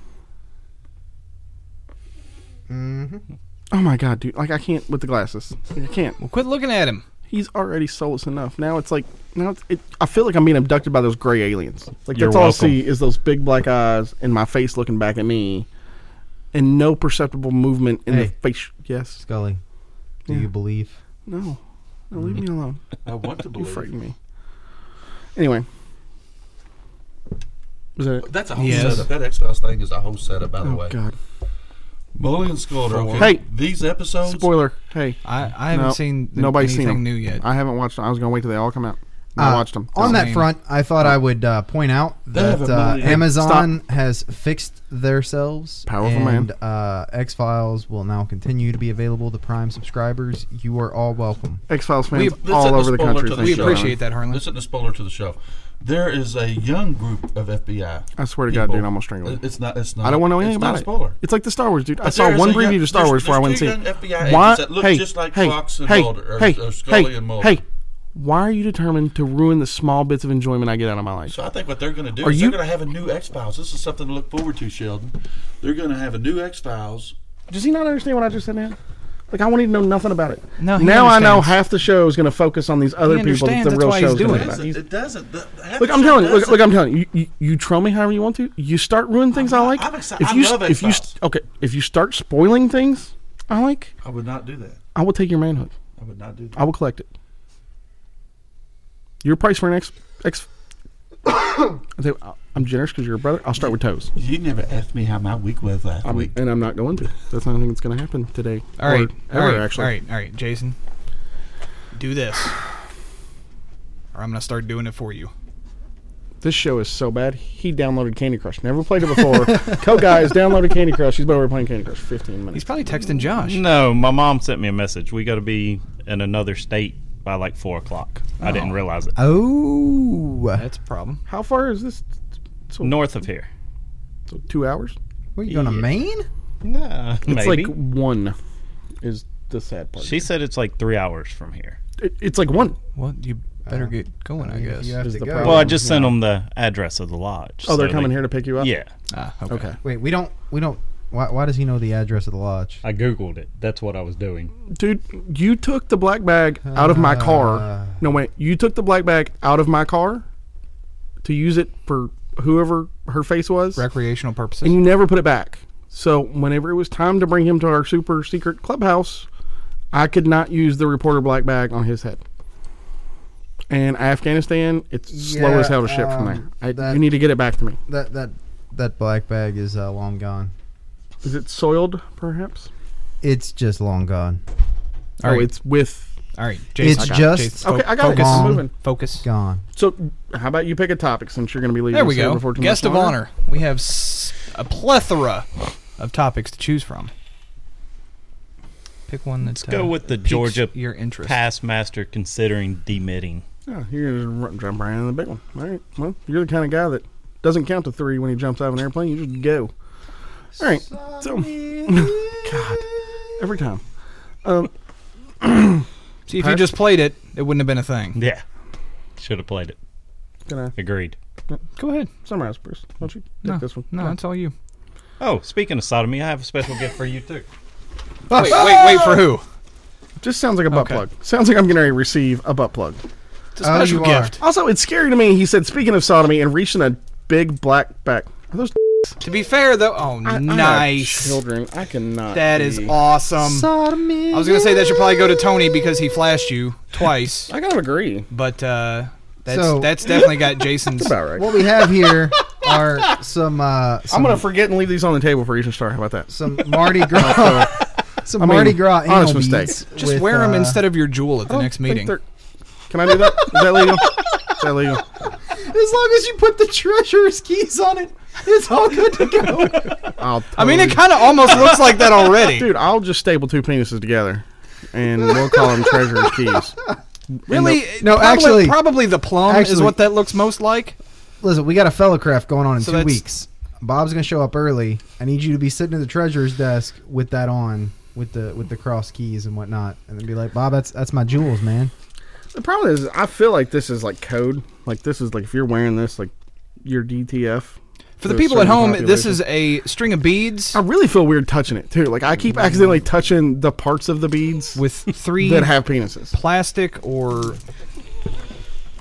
Oh my god, dude! Like I can't with the glasses. I can't. Well, quit looking at him. He's already soulless enough. Now it's like now it's, it, I feel like I'm being abducted by those gray aliens. Like You're that's all I welcome. see is those big black eyes and my face looking back at me, and no perceptible movement in the Hey. face. Yes. Scully, do Yeah. you believe? No. No. Leave me alone. I want to You believe. frightened me. Anyway. Was that it? That's a whole Yes. setup. That X Files thing is a whole setup, by the Oh way. God! Mully and Sculler. Okay. Hey. these episodes. Spoiler. Hey, I, I haven't No, seen th- nobody's seen anything 'em. new yet. I haven't watched. 'em. I was gonna wait till they all come out. I Uh, watched them. On that Same. front, I thought I would uh, point out that have a uh, million- Amazon has fixed themselves. Powerful man. and, Uh, X Files will now continue to be available to Prime subscribers. You are all welcome. X Files fans We've- That's all a over the spoiler country. to the thank we you. show. appreciate that, Harlan. Listen to spoiler to the show. There is a young group of FBI. I swear to God, people. dude, I almost strangled you. It's not. It's not. I don't want to know it's anything not about a spoiler. it. It's like the Star Wars, dude. I But saw there's one a preview young- to Star there's- Wars before I went there's to see two it. young FBI why? agents that look hey, just like hey, Fox and hey, Mulder, or- hey, or Scully hey, and Mulder. hey, why are you determined to ruin the small bits of enjoyment I get out of my life? So I think what they're going to do Are is you- they're going to have a new X Files. This is something to look forward to, Sheldon. They're going to have a new X Files. Does he not understand what I just said now? Like I want you to know nothing about it. No, he now I know understands. half the show is going to focus on these other He people. That understands, the that's real why he's show is doing going It to What about doesn't. be about. It doesn't. The- half Look, the I'm show telling you. Look, doesn't. look, I'm telling you. You, you. you troll me however you want to. You start ruining things I not. like. I'm exci- If I you, love if you, X-Files. okay, if you start spoiling things I like, I would not do that. I will take your manhood. I would not do that. I will collect it. Your price for an X X. I think- I'm generous because you're a brother. I'll start with toes, You never asked me how my week was last I'm, week. and I'm not going to. That's not anything that's going to happen today. all right, or ever all right, actually. all right, all right, Jason. Do this, or I'm gonna start doing it for you. This show is so bad. He downloaded Candy Crush. Never played it before. Co guys downloaded Candy Crush. He's been over playing Candy Crush for 15 He's minutes. probably texting Josh. No, my mom sent me a message. We got to be in another state by like four o'clock. I didn't realize it. Oh, That's a problem. How far is this? So, North of here. so two hours. where you going to Yeah. Maine? Nah, It's maybe. like one. Is the sad part? she said it's like three hours from here. It- it's like one. Well, you better get going, I guess. You have Is to the go. problem. Well, I just sent them the address of the lodge. Oh, they're so coming they- here to pick you up. Yeah, Ah, okay. Okay. Wait, we don't. We don't. Why, why does he know the address of the lodge? I googled it. That's what I was doing. dude, you took the black bag out of my Uh. car. No, wait, you took the black bag out of my car to use it for whoever her face was, Recreational purposes. and you never put it back. So whenever it was time to bring him to our super secret clubhouse, I could not use the reporter black bag on his head. And Afghanistan, it's slow Yeah, as hell to ship um, from there. I, that- you need to get it back to me. That that that black bag is uh, long gone. Is it soiled, perhaps? It's just long gone. All oh, right. it's with. all right, Jason. it's I got it. just- Jason, Okay, I got it. focus. It's Long. moving. Focus. Gone. So, how about you pick a topic since you're going to be leaving? There we us here go. before tomorrow's Guest of morning? honor. We have s- a plethora of topics to choose from. Pick one that's Go with the Georgia your interest. past master considering demitting. Yeah, you're gonna just run- jump right into the big one. All right. Well, you're the kind of guy that doesn't count to three when he jumps out of an airplane. You just go. All right. So, God, every time. See, if you just played it, it wouldn't have been a thing. Yeah, should have played it. Gonna Agreed. Go ahead. summarize, Bruce. Why don't you take No, this one? no, it's all you. Oh, speaking of sodomy, I have a special gift for you too. Ah, Wait, wait, wait for who? Just sounds like a butt Okay. plug. Sounds like I'm gonna receive a butt plug. It's a Oh, special you are. gift. Also, it's scary to me. He said, speaking of sodomy and reaching a big black back. Are those To be fair, though, oh, I- I have nice. children? I cannot. That is be- awesome. I was gonna say that should probably go to Tony because he flashed you twice, I gotta agree. but uh, that's So- that's definitely got Jason's. About right. What we have here are some uh, some, I'm gonna forget and leave these on the table for you to start. How about that? some Mardi Gras some Mardi Gras anal honest mistake. beads. Just with, wear them uh, instead of your jewel at the I don't next think meeting. they're- Can I do that? Is that legal? illegal. As long as you put the treasurer's keys on it, it's all good to go. I'll I mean, it totally- kind of almost looks like that already. dude, I'll just staple two penises together, and we'll call them treasurer's keys. really? No, probably, actually- probably the plum is actually- what that looks most like. Listen, we got a fellow craft going on in So two that's- weeks. Bob's gonna show up early. I need you to be sitting at the treasurer's desk with that on, with the with the cross keys and whatnot, and then be like, Bob, that's that's my jewels, man. The problem is, I feel like this is like code. Like this is like if you're wearing this, like your DTF. For the a people at certain Oh. home, this population. is a string of beads I really feel weird touching it too. Like I keep accidentally touching the parts of the beads Mm-hmm. with three that have penises. plastic or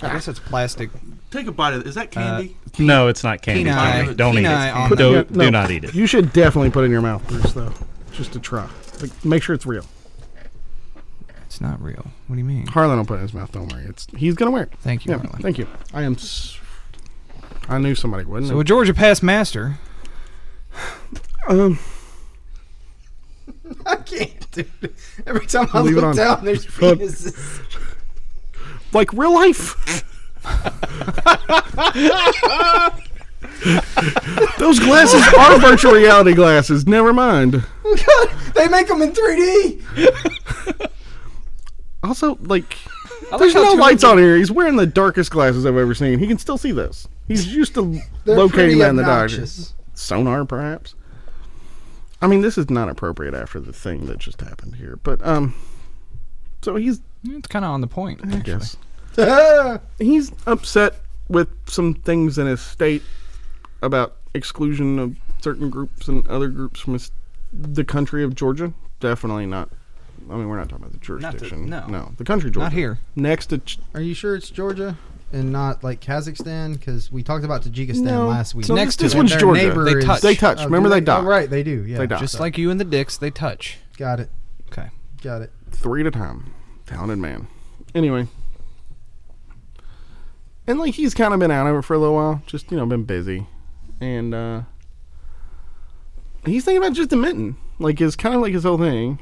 Ah. I guess it's plastic Take a bite of it. Is that Uh, candy? No, it's not candy. Kenai- Tommy. Don't Kenai on eat the- it. Do, Yeah, no. do not eat it. You should definitely put it in your mouth, Bruce, though, just to try. Like, make sure it's real. It's not real. What do you mean? Harlan will put it in his mouth. Don't worry. It's he's gonna wear it. Thank you, Yeah, Harlan. thank you. I am. s- I knew somebody wouldn't. So a Georgia past master. um, I can't, dude. Every time I Leave it on. there's Fuck. penises. like real life. Those glasses are virtual reality glasses. Never mind. They make them in 3D. Also, like, I there's like how no two lights of on here. He's wearing the darkest glasses I've ever seen. He can still see those. He's used to They're locating pretty that in the obnoxious. darkness. Sonar, perhaps. I mean, this is not appropriate after the thing that just happened here, but um, so he's them- It's kind of on the point. I actually. guess. He's upset with some things in his state about exclusion of certain groups and other groups from his, the country of Georgia. Definitely not. I mean, we're not talking about the jurisdiction. no. the country Georgia. here. Next to Ch- Are you sure it's Georgia and not like Kazakhstan? Because we talked about Tajikistan No. last week. So Next this to it, one's their Georgia. neighbor They is- touch. They touch. Oh, Remember, do they dock. Oh, right, they do. Yeah, They dock. Just like you and the dicks, they touch. got it. Okay. Got it. three at a time. Talented man. Anyway. And like he's kind of been out of it for a little while, just you know, been busy, and uh he's thinking about just admitting, like it's kind of like his whole thing.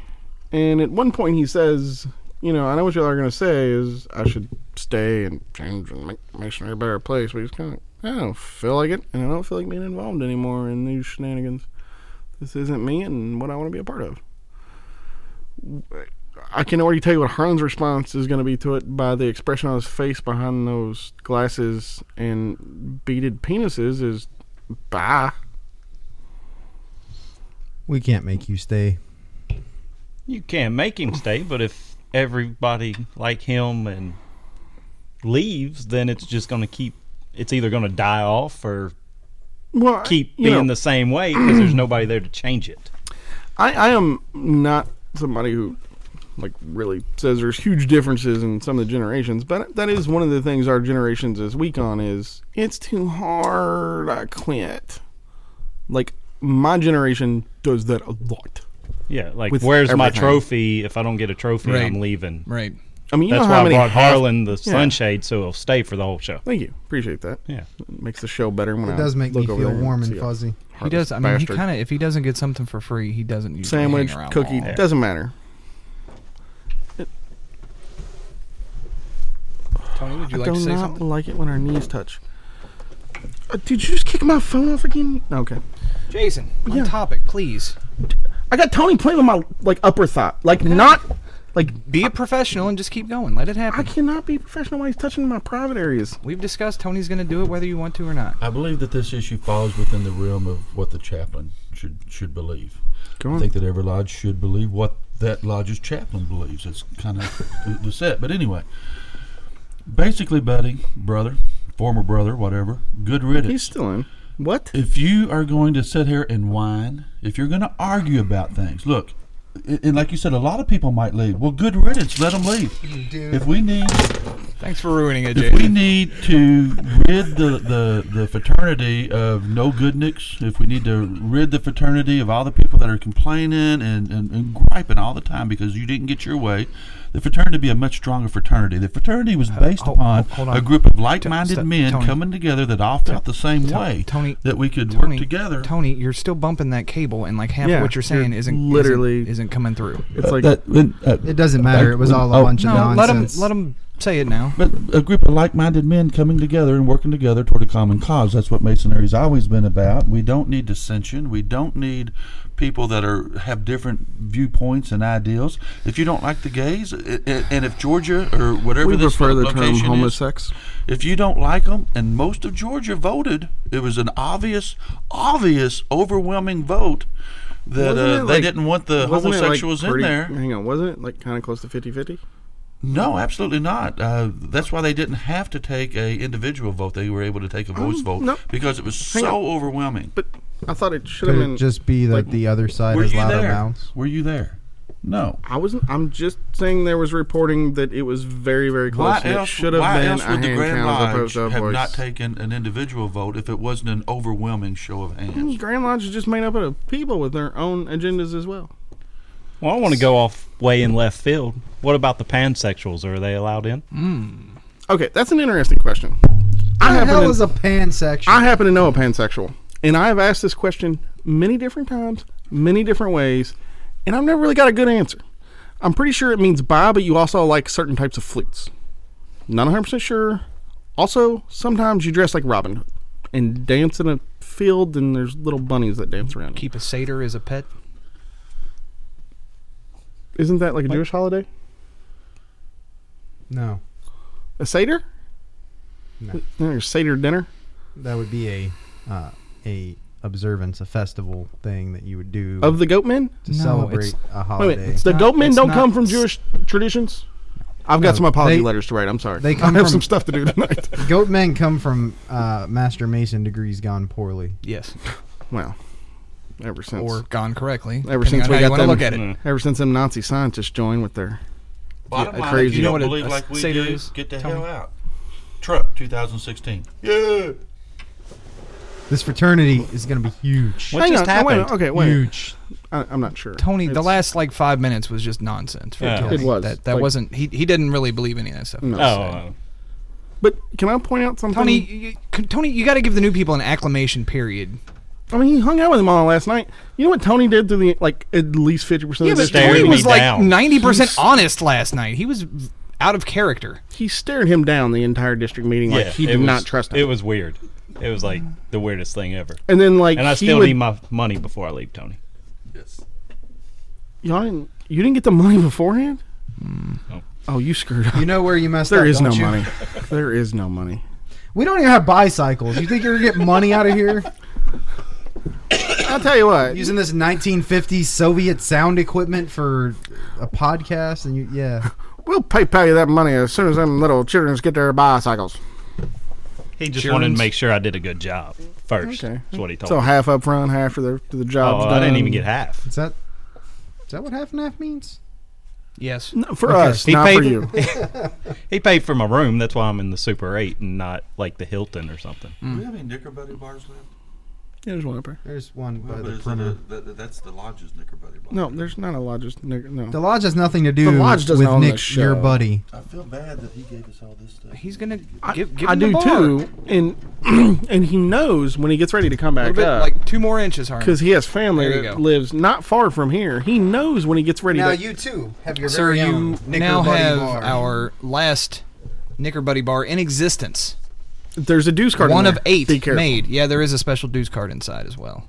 And at one point he says, you know, I know what y'all are gonna say is I should stay and change and make Masonry a better place, but he's kind of I don't feel like it, and I don't feel like being involved anymore in these shenanigans. This isn't me and what I want to be a part of. I can already tell you what Harlan's response is going to be to it by the expression on his face behind those glasses and beaded penises is bye. We can't make you stay. You can't make him stay, but if everybody like him and leaves, then it's just going to keep. It's either going to die off or Well, I- keep you know, being the same way because there's nobody there to change it. I, I am not somebody who like really says there's huge differences in some of the generations, but that is one of the things our generations is weak on is it's too hard. I quit. Like my generation does that a lot. Yeah, like With where's my everything. trophy? If I don't get a trophy, Right. I'm leaving. Right. I mean, you That's know how why I many brought half- Harlan the sunshade so he'll stay for the whole show. Thank you, appreciate that. Yeah, It makes the show better when It I does make me look over feel there warm see and a fuzzy. He heartless does. I mean, bastard. he kind of if he doesn't get something for free, he doesn't usually hang sandwich, around cookie, long. doesn't matter. Tony, would you I like to do say not something? like it when our knees touch. Uh, did you just kick my phone off again? Okay. Jason, on Yeah. topic, please. I got Tony playing with my like upper thigh, like not like Be a professional and just keep going. Let it I happen. cannot be professional while he's touching my private areas. We've discussed Tony's going to do it whether you want to or not. I believe that this issue falls within the realm of what the chaplain should should believe. Go I think that every lodge should believe what that lodge's chaplain believes. It's kind of the, the set. But anyway, basically, buddy, brother, former brother, whatever, good He's riddance. still in. What? If you are going to sit here and whine, if you're going to argue about things, look, and and like you said, a lot of people might leave. Well, good riddance. Let them leave. If we need Thanks for ruining it, if we Jason. need to rid the, the, the fraternity of no goodnicks, if we need to rid the fraternity of all the people that are complaining and, and, and griping all the time because you didn't get your way, the fraternity would be a much stronger fraternity. The fraternity was based ho- upon ho- Uh, oh, hold on. a group of like minded stop, men Tony. coming together that all felt the same To- way. Tony, that we could Tony, work together. Tony, you're still bumping that cable, and like half Yeah, of what you're saying you're isn't literally- isn't, isn't coming through. It's like That- uh, It doesn't matter. It was all a Oh. bunch of No, let him nonsense. let him Say it now. But a group of like-minded men coming together and working together toward a common cause. That's what Masonary's always been about. We don't need dissension. We don't need people that are have different viewpoints and ideals. If you don't like the gays, i- i- and if Georgia or whatever We this prefer the term location is, homosex. if you don't like them, and most of Georgia voted, it was an obvious, obvious, overwhelming vote that Wasn't uh, it they like- didn't want the wasn't it, like, homosexuals in pretty- there. Hang on, wasn't it like kind of close to 50-50? No, absolutely not. Uh, that's why they didn't have to take a individual vote. They were able to take a voice vote no. because it was Hang so overwhelming. But I thought it should have Could it been. just be that the other side Were is you louder there? mouths? Were you there? No. I wasn't. I'm just saying there was reporting that it was very, very close. Why and else, it should have why been else a would the hand Grand count as Lodge opposed to a have voice. not taken an individual vote if it wasn't an overwhelming show of hands? Grand Lodge is just made up of people with their own agendas as well. Well, I want to go off way in left field. What about the pansexuals? Are they allowed in? Okay, that's an interesting question. I the happen hell to- is a pansection? I happen to know a pansexual, and I have asked this question many different times, many different ways, and I've never really got a good answer. I'm pretty sure it means bi, but you also like certain types of flutes. Not 100% sure. Also, sometimes you dress like Robin Hood and dance in a field, and there's little bunnies that dance around. you. Keep a satyr as a pet. Isn't that like a Jewish holiday? no, A Seder? No. Or Seder dinner? that would be a uh, a observance, a festival thing that you would do Of the goat men? to No, celebrate it's- a Wait a holiday. minute. the not- goat men it's don't not- come from Jewish traditions? I've got No, some apology they- letters to write. I'm sorry. they come I have from- some stuff to do tonight. Goat men come from uh, Master Mason degrees gone poorly. Yes, Well, ever since or gone correctly. ever depending since on we how you got wanna them, look at it. ever since them Nazi scientists joined with their Bottom line, crazy. if you You know don't what a- believe a like we satyr do, is? get the Tell hell me. out. Trump 2016. Yeah. This fraternity is going to be huge. What just no, wait, happened? okay, wait. Huge. I, I'm not sure. Tony, the It's- last like five minutes was just nonsense. For Yeah. Tony. It was. That, that Like- wasn't. He he didn't really believe any of that stuff. No. Oh, uh, But can I point out something? Tony, you, you- Tony, you got to give the new people an acclamation period. I mean, he hung out with them all last night. You know what Tony did to the like at least fifty percent of this. but Staring Tony me was like down. ninety percent honest last night. He was out of character. he stared him down the entire district meeting. Like yeah, he it did was- not trust him. It was weird. It was like the weirdest thing ever. and then like And I he still would- need my money before I leave, Tony. y'all didn't you didn't get the money beforehand. No. Oh, you screwed up. You know where you messed up. there is no don't you? money. There is no money. We don't even have bicycles. You think you're going to get money out of here? I'll tell you what. Using this 1950s Soviet sound equipment for a podcast? and you, Yeah. We'll PayPal you that money as soon as them little childrens get their bicycles. He just wanted to Insurance? make sure I did a good job first. Okay. That's what he told So me. half up front, half for the to the Oh, job's I done. didn't even get half. Is that is that what half and half means? Yes. No, for Okay. us, He not paid for it. you. He paid for my room. That's why I'm in the Super 8 and not like the Hilton or something. Mm. Do we have any Knickerbocker bars left? there's one up there. There's one by Well, the there's perimeter. a- that- that's the lodge's Knickerbocker bar. No, there's not a lodge. just nigger- The No. lodge has nothing to do The lodge doesn't with own the Nick, show. your buddy. I feel bad that he gave us all this stuff. He's gonna I, give. give I him the do bar. too, and and he knows when he gets ready to come A back little bit, up like two more inches, Harm. because he has family There you that go. lives not far from here. He knows when he gets ready. to, too have your Sir, you now have bar. our last Knicker Buddy bar in existence. there's a deuce card. in One of there. Be eight careful. made. Yeah, there is a special deuce card inside as well.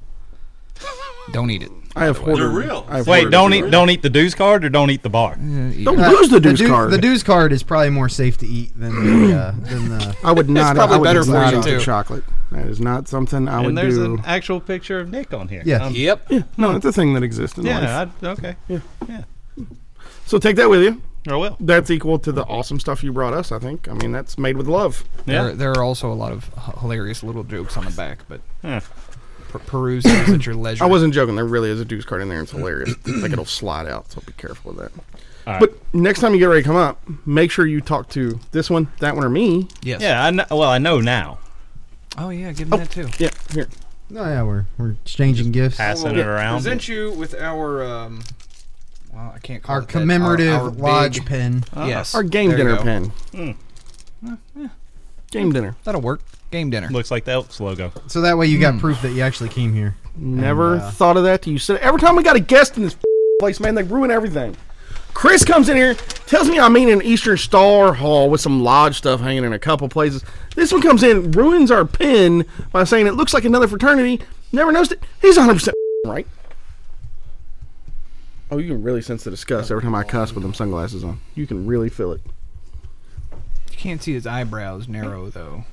Don't eat it. I have hoarded. real. I have Wait, hoarded don't it. eat don't eat the dues card or don't eat the bar. Don't lose Uh, the deuce deu- card. The deuce card is probably more safe to eat than the. Uh, than the I would not. probably I would better for not you, eat the too. Chocolate. That is not something I would And there's do. an actual picture of Nick on here. Yeah. Um, Yep. no, it's a thing that exists in life. yeah. I, okay. Yeah. So take that with you. I will. That's equal to the awesome stuff you brought us. I think. I mean, that's made with love. Yeah. There, there are also a lot of h- hilarious little jokes on the back, but Yeah. per- peruse those at your leisure. I wasn't joking. There really is a deuce card in there. It's hilarious. like it'll slide out. So be careful with that. All right. But next time you get ready to come up, make sure you talk to this one, that one, or me. Yes. yeah. I know, well, I know now. Oh yeah, give him that too. Yeah, here. no, Oh, yeah, we're we're exchanging gifts. Passing it Yeah. around. Present you with our. Um, well, I can't call Our it that. commemorative Our- our lodge big- pin. yes. Uh-huh. Our game There you dinner go. pen. Game dinner. That'll work. Game dinner. Looks like the Elks logo. So that way you got proof that you actually came here. Never And, uh, thought of that till you said it. Every time we got a guest in this place, man, they ruin everything. Chris comes in here, tells me I'm eating an Eastern Star Hall with some lodge stuff hanging in a couple places. This one comes in, ruins our pin by saying it looks like another fraternity. Never noticed it. He's 100% right. Oh, you can really sense the disgust every time I cuss with them sunglasses on. You can really feel it. You can't see his eyebrows narrow though.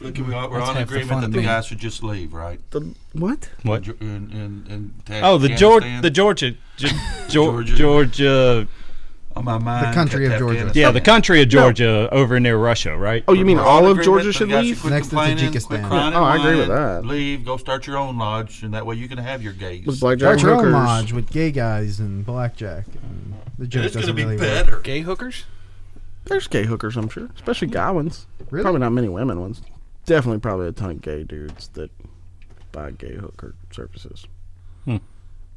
But can we, we're Let's on have the agreement fun that the man. guy should just leave, right? The what? What? And, and, and Oh, the Georgia, George, the Georgia, Ge- Geor- Georgia. Georgia. on my mind, country of Georgia. Afghanistan. Yeah, the country of Georgia over near Russia, right? Oh, you mean We're all in of agreement Georgia that should the guy leave? quit Next is complaining, Tajikistan. quit crying Oh, I and agree with whining, that. Leave, go start your own lodge, and that way you can have your gays. With blackjack Start your own hookers. lodge with gay guys and blackjack. And the joke it's going to doesn't be really work. better. Gay hookers? There's gay hookers, I'm sure, especially guy ones. Really? Probably not many women ones. Definitely, probably a ton of gay dudes that buy gay hooker services.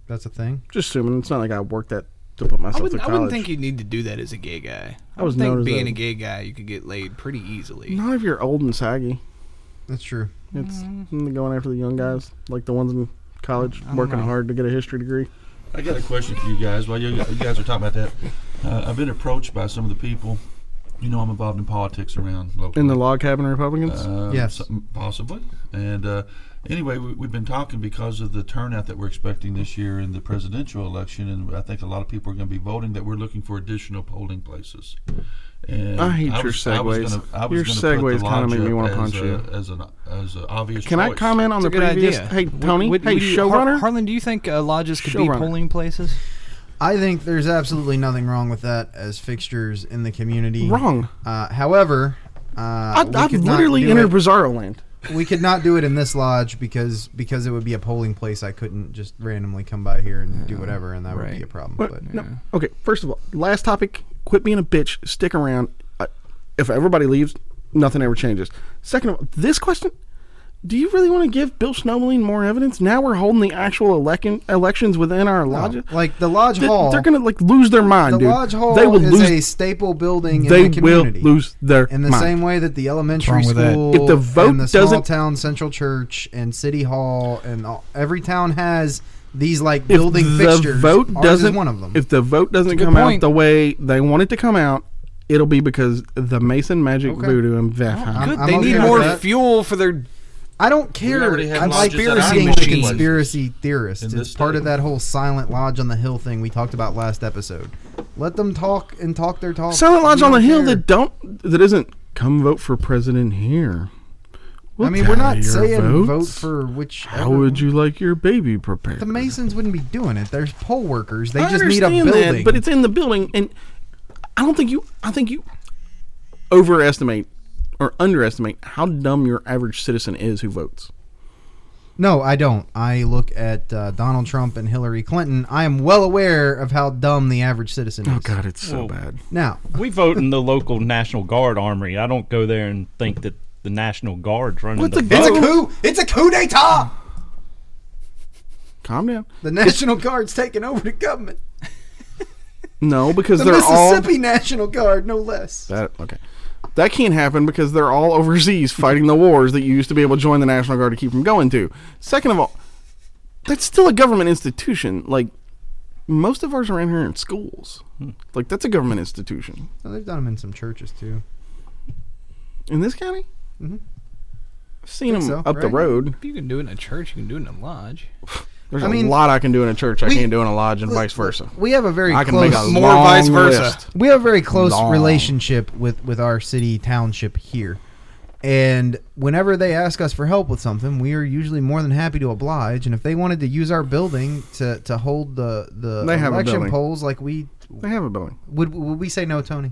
That's a thing. Just assuming it's not like I worked that to put myself I through wouldn't, I college. wouldn't think you need to do that as a gay guy. I, I was would think known as being a- a gay guy, you could get laid pretty easily. Not if you're old and saggy. That's true. It's mm, going after the young guys, like the ones in college Mm. don't working know. hard to get a history degree. I got a question for you guys while you, you guys are talking about that. Uh, I've been approached by some of the people. You know, I'm involved in politics around local. In the log cabin Republicans. Uh, Um, Yes. some- possibly. And uh, anyway, we, we've been talking because of the turnout that we're expecting this year in the presidential election, and I think a lot of people are going to be voting that we're looking for additional polling places. And I hate your segues. gonna- I Your was gonna put segues the kinda make me lodge up wanna as punch a- you. As an as an obvious. Can I choice. comment on oh, It's a the good previous? idea. Hey, Would- Tony. would- hey, would you- Har- showrunner. Harlan, do you think uh, lodges could be Showrunner. polling places? I think there's absolutely nothing wrong with that as fixtures in the community. Wrong. Uh, however, uh, I, we I've could not literally do entered it- Bizarro Land. we could not do it in this lodge because because it would be a polling place. I couldn't just randomly come by here and do whatever, and that would be right. a problem. What? But No. Okay. First of all, last topic. Quit being a bitch. Stick around. I, if everybody leaves, nothing ever changes. Second of all, this question: Do you really want to give Bill Snowmoline more evidence? Now we're holding the actual election elections within our lodge. like the lodge They- hall, they're gonna like lose their mind, the dude. lodge hall they will is lose. a staple building in they the will community. lose their in the mind. same way that the elementary What's wrong with that? school, If the vote and the small doesn't- town central church and city hall, and all, every town has these like If building the fixtures. vote Ours is doesn't, one of them. If the vote doesn't good come out point. the way they want it to come out, it'll be because the Mason Magic Okay. Voodoo and Veth. I'm- Good. I'm they okay need with more that. fuel for their. I don't We care. already have I'm like lodges that aren't being a machines. conspiracy theorist. In It's this part of state. that whole silent lodge on the hill thing we talked about last episode. Let them talk and talk their talk. Silent Lodge We on the don't Hill care. that don't that isn't come vote for president here. We'll I mean, we're not tally your saying vote votes. for which. How would you like your baby prepared? The Masons wouldn't be doing it. There's poll workers. They I just need a understand building. that, but it's in the building, and I don't think you. I think you overestimate or underestimate how dumb your average citizen is who votes. No, I don't. I look at uh, Donald Trump and Hillary Clinton. I am well aware of how dumb the average citizen is. Oh God, it's so Well, bad. Now, We vote in the local National Guard armory. I don't go there and think that the National Guard's running What the. the- vote. It's a coup. It's a coup d'état. Calm down. The National Guard's taking over the government. No, because The they're all Mississippi National Guard, no less. that. Okay, that can't happen because they're all overseas fighting the wars that you used to be able to join the National Guard to keep from going to. Second of all, that's still a government institution. Like most of ours around here are in schools. Hmm. Like that's a government institution No, they've done them in some churches too. in this county. I've seen them Mm-hmm. Think so, up the right? road. If you can do it in a church, you can do it in a lodge. There's I a mean, lot I can do in a church. I we- can't do in a lodge, and Look, vice versa. We have a very I can close. make a more long vice versa. list. we have a very close Long. relationship with with our city township here and whenever they ask us for help with something we are usually more than happy to oblige and if they wanted to use our building to to hold the the They have a election building. polls like we They have a building. would would we say no tony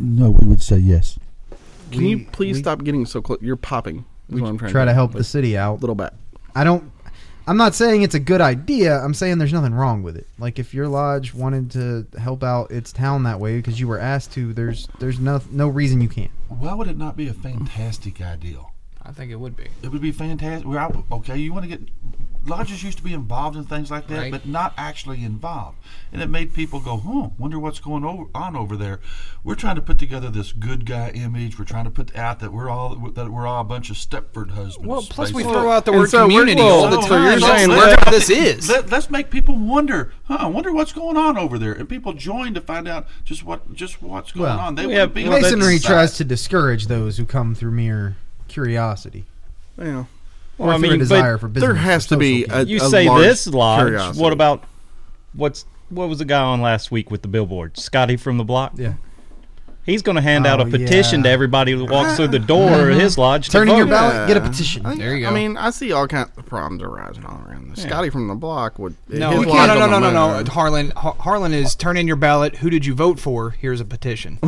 No, we would say yes. Can We- you please we- stop getting so close? You're popping. Is what I'm trying try to do. help Like, the city out little back. i don't i'm not saying it's a good idea i'm saying there's nothing wrong with it like if your lodge wanted to help out its town that way because you were asked to there's there's no no reason you can't Why would it not be a fantastic idea? I think it would be. It would be fantastic. We're out. Okay, you want to get lodges used to be involved in things like that, Right. but not actually involved. And it made people go, huh, wonder what's going over, on over there. We're trying to put together this good guy image. We're trying to put out that we're all that we're all a bunch of Stepford husbands. Well, plus we basically. throw out the And word so we're- community well, all the so you're time. saying That's let- what this is. Let, us make people wonder, huh? I wonder what's going on over there, and people join to find out just what just what's going Well, on. They yeah, would be well, Masonry inside. tries to discourage those who come through mere curiosity Yeah. or Well, I through mean, a desire but for business. There or has to be social gain. a you a say large this lodge. curiosity. What about what's what was the guy on last week with the billboard? Scotty from the block. yeah. He's going to hand out Oh, a petition yeah. to everybody who walks through the door of his lodge. to Turn in your vote. ballot. get a Yeah. petition. I, There you I go. mean, I see all kinds of problems arising all around this. Scotty from the block would. No, his no, lodge no, on no, the no, no, moon. no. Harlan, Har- Harlan is turn in your ballot. Who did you vote for? Here's a petition.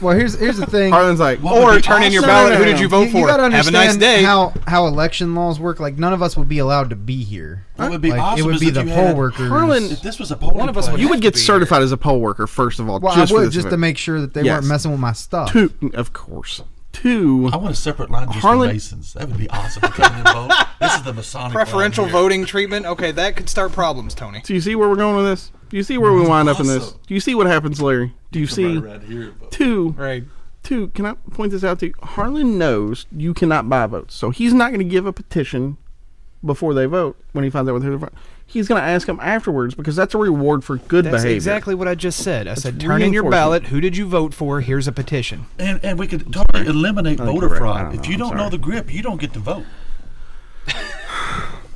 Well, here's here's the thing. Harlan's like, What would Or be turn in your No, no, ballot. no, Who no. did you vote you, for? You gotta Have a understand nice day. How how election laws work? Like none of us would be allowed to be here. What would be like, awesome it would is be if the you poll had- workers. Harlan- If this was a polling One of us place, would you would get Be here. certified as a poll worker first of all. well, just I for would this just to event. make sure that they Yes. weren't messing with my stuff. two, of course, two. I want a separate line just Harlan- for Masons. That would be awesome. to come in and vote. This is the Masonic Preferential line here. voting treatment. Okay, that could start problems, Tony. Do you see where we're going with this? Do you see where we wind up in this? awesome. Do you see what happens, Larry? Do you see Right here, but- two? Right. Two. Can I point this out to you? Harlan knows you cannot buy votes, so he's not going to give a petition before they vote. When he finds out whether they're voting, he's going to ask them afterwards because that's a reward for good That's behavior. exactly what I just said. I said, turn in your reinforcement. ballot. Who did you vote for? Here's a petition. and and we could totally eliminate think voter you're right. I fraud. don't If know. you I'm don't know sorry. the grip, you don't get to vote.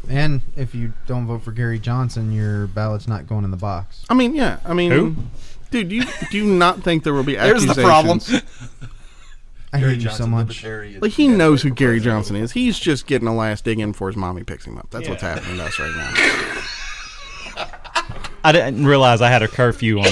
And if you don't vote for Gary Johnson, your ballot's not going in the box. I mean, yeah. I mean, Who? dude, do you do you not think there will be There's accusations? the problem. I Gary hate you so Johnson, much. libertarian. Like he knows who Gary Johnson is. He's just getting a last dig in before his mommy picks him up. That's what's happening to us right now. I didn't realize I had a curfew on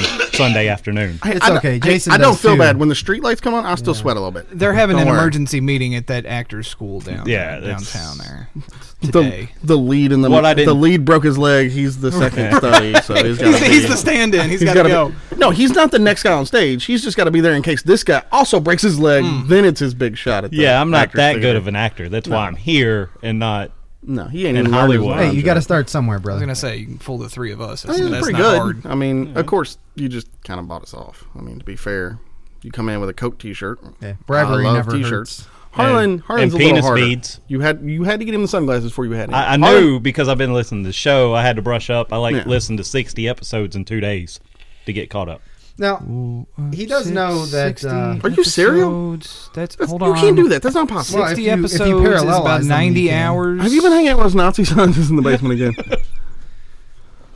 Sunday afternoon. I- It's I don't- okay. hey, Jason I don't does feel too. bad when the street lights come on. I still sweat a little bit. They're having Don't an worry. emergency meeting at that actor's school down Yeah, that's- downtown there The, today. the lead in the What I the didn't- lead broke his leg. He's the second study, so he's got he's, he's the stand-in. he's got to go. No, he's not the next guy on stage. He's just got to be there in case this guy also breaks his leg. Then it's his big shot at. The Hmm. Yeah, I'm not Actors that Theater. good of an actor. That's why I'm here and not. No, he ain't in even learned his Hollywood. Hey, lines you yet. got to start somewhere, I was brother. gonna say you can fool the three of us. That's, I mean, that's it's pretty not good. hard. I mean, of course, you just kind of bought us off. I mean, to be fair, you come in with a Coke T-shirt. Yeah, bravery I love never T-shirts. hurts. Harlan, And- Harlan's and a little penis harder. beads. You had you had to get him the sunglasses before you had him. I, I knew because I've been listening to the show. I had to brush up. I like Yeah. listened to 60 episodes in two days to get caught up. Now, he does know that. Uh, Are you serial? episodes. That's That's- hold you on. can't do that. That's not possible. Well, if Sixty you- if you episodes is parallelize them, about you ninety can. hours. have you been hanging out with those Nazi scientists in the basement again? To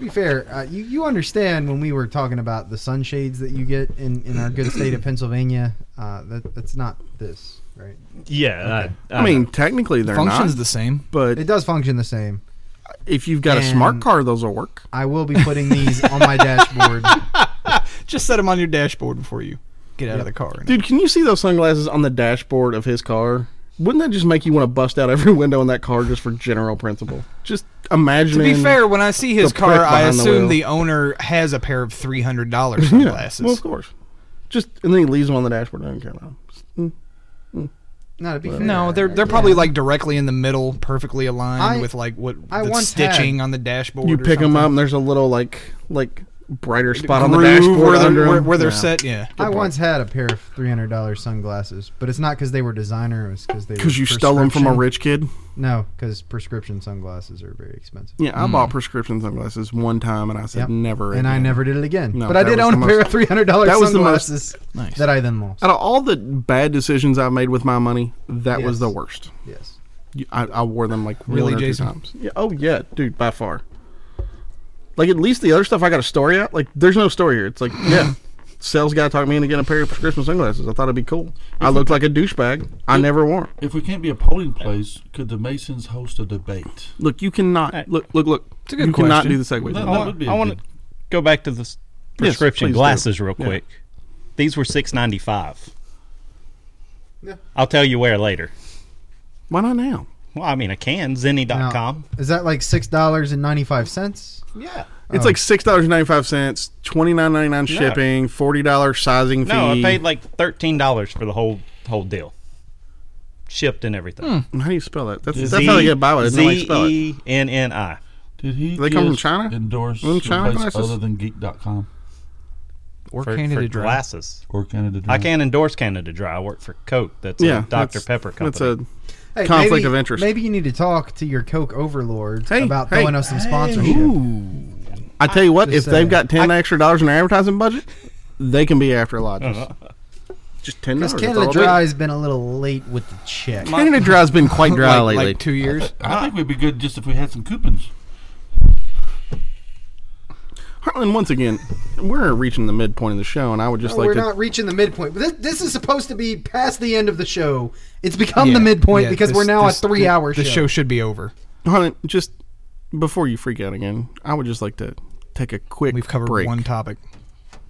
be fair, uh, you, you understand when we were talking about the sunshades that you get in, in our good state of Pennsylvania, uh, that that's not this, right? Yeah, I, I mean, technically they're Functions not, the same. but It does function the same. if you've got a And- smart car, those will work. I will be putting these on my dashboard. Just set them on your dashboard before you get out of the car. Dude, can you see those sunglasses on the dashboard of his car? Wouldn't that just make you want to bust out every window in that car just for general principle? Just imagine. to be fair, when I see his the prick car, I behind the assume wheel. the, owner has a pair of three hundred dollars sunglasses. Well, of course. Just and then he leaves them on the dashboard. I don't care about them. No, to be fair, No, they're they're probably like directly in the middle, perfectly aligned I- with like what I the once stitching had- on the dashboard. You or pick them something. up, and there's a little like like brighter spot on the Groove dashboard where they're, under where, 'em. where they're Yeah. set. Yeah, I point. once had a pair of three hundred dollars sunglasses, but it's not because they were designer. It was because they Because were you stole them from a prescription- rich kid. No, because prescription sunglasses are very expensive. Yeah, I bought prescription sunglasses one time, Hmm. and I said Yep. never. And I again. never did it again. No, but I that did was own the a pair most- of three hundred dollars that was the most- sunglasses Nice. that I then lost. Out of all the bad decisions I've made with my money, that was Yes. the worst. Yes. You- I, I wore them like Really, one or Jason? two times. Yeah, oh yeah, dude, by far. Like at least the other stuff I got a story out. Like there's no story here. It's like yeah, sales guy talked me into getting a pair of prescription sunglasses. I thought it'd be cool. I looked like a douchebag. I never wore. 'em. If we can't be a polling place, could the Masons host a debate? Look, you cannot look look look. It's a good you cannot question. do the segue. That, Jason. that would be. I want to go back to the s- Yes, prescription please do. glasses real Yeah. quick. These were six ninety five. I'll tell you where later. Why not now? Well, I mean, I can Now, zenny.com. Is that like six dollars and ninety five cents? Yeah. It's like six dollars ninety five cents, twenty nine ninety nine shipping, forty dollars sizing fee. No, I paid like thirteen dollars for the whole whole deal, shipped and everything. How do you spell that? Hmm. That's, that's how Z- E you get by with it. That's how you spell it. Z E N N I. Did he? They come from just China? Endorse From China some place glasses? other than Geek.com Or for, Canada for Dry. glasses. or Canada. I Dry. can't endorse Canada Dry. I work for Coke. That's Yeah, a Dr. that's- Pepper company. That's a Hey, Conflict maybe- of interest. Maybe you need to talk to your Coke overlords Hey, about hey. throwing us some sponsorship. I tell you what, Just if saying. they've got ten extra dollars in their advertising budget, they can be after lodges. Just ten dollars. Because Canada Dry has been a little late with the check. Canada Dry's been quite dry like, lately. like two years. I think we'd be good just if we had some coupons. Heartland, once again, we're reaching the midpoint of the show, and I would just No, like we're to. not reaching the midpoint. But This, this is supposed to be past the end of the show. It's become Yeah, the midpoint yeah, because this- we're now this- a three-hour show. The show should be over. Harlan, just before you freak out again, I would just like to take a quick We've covered break. one topic.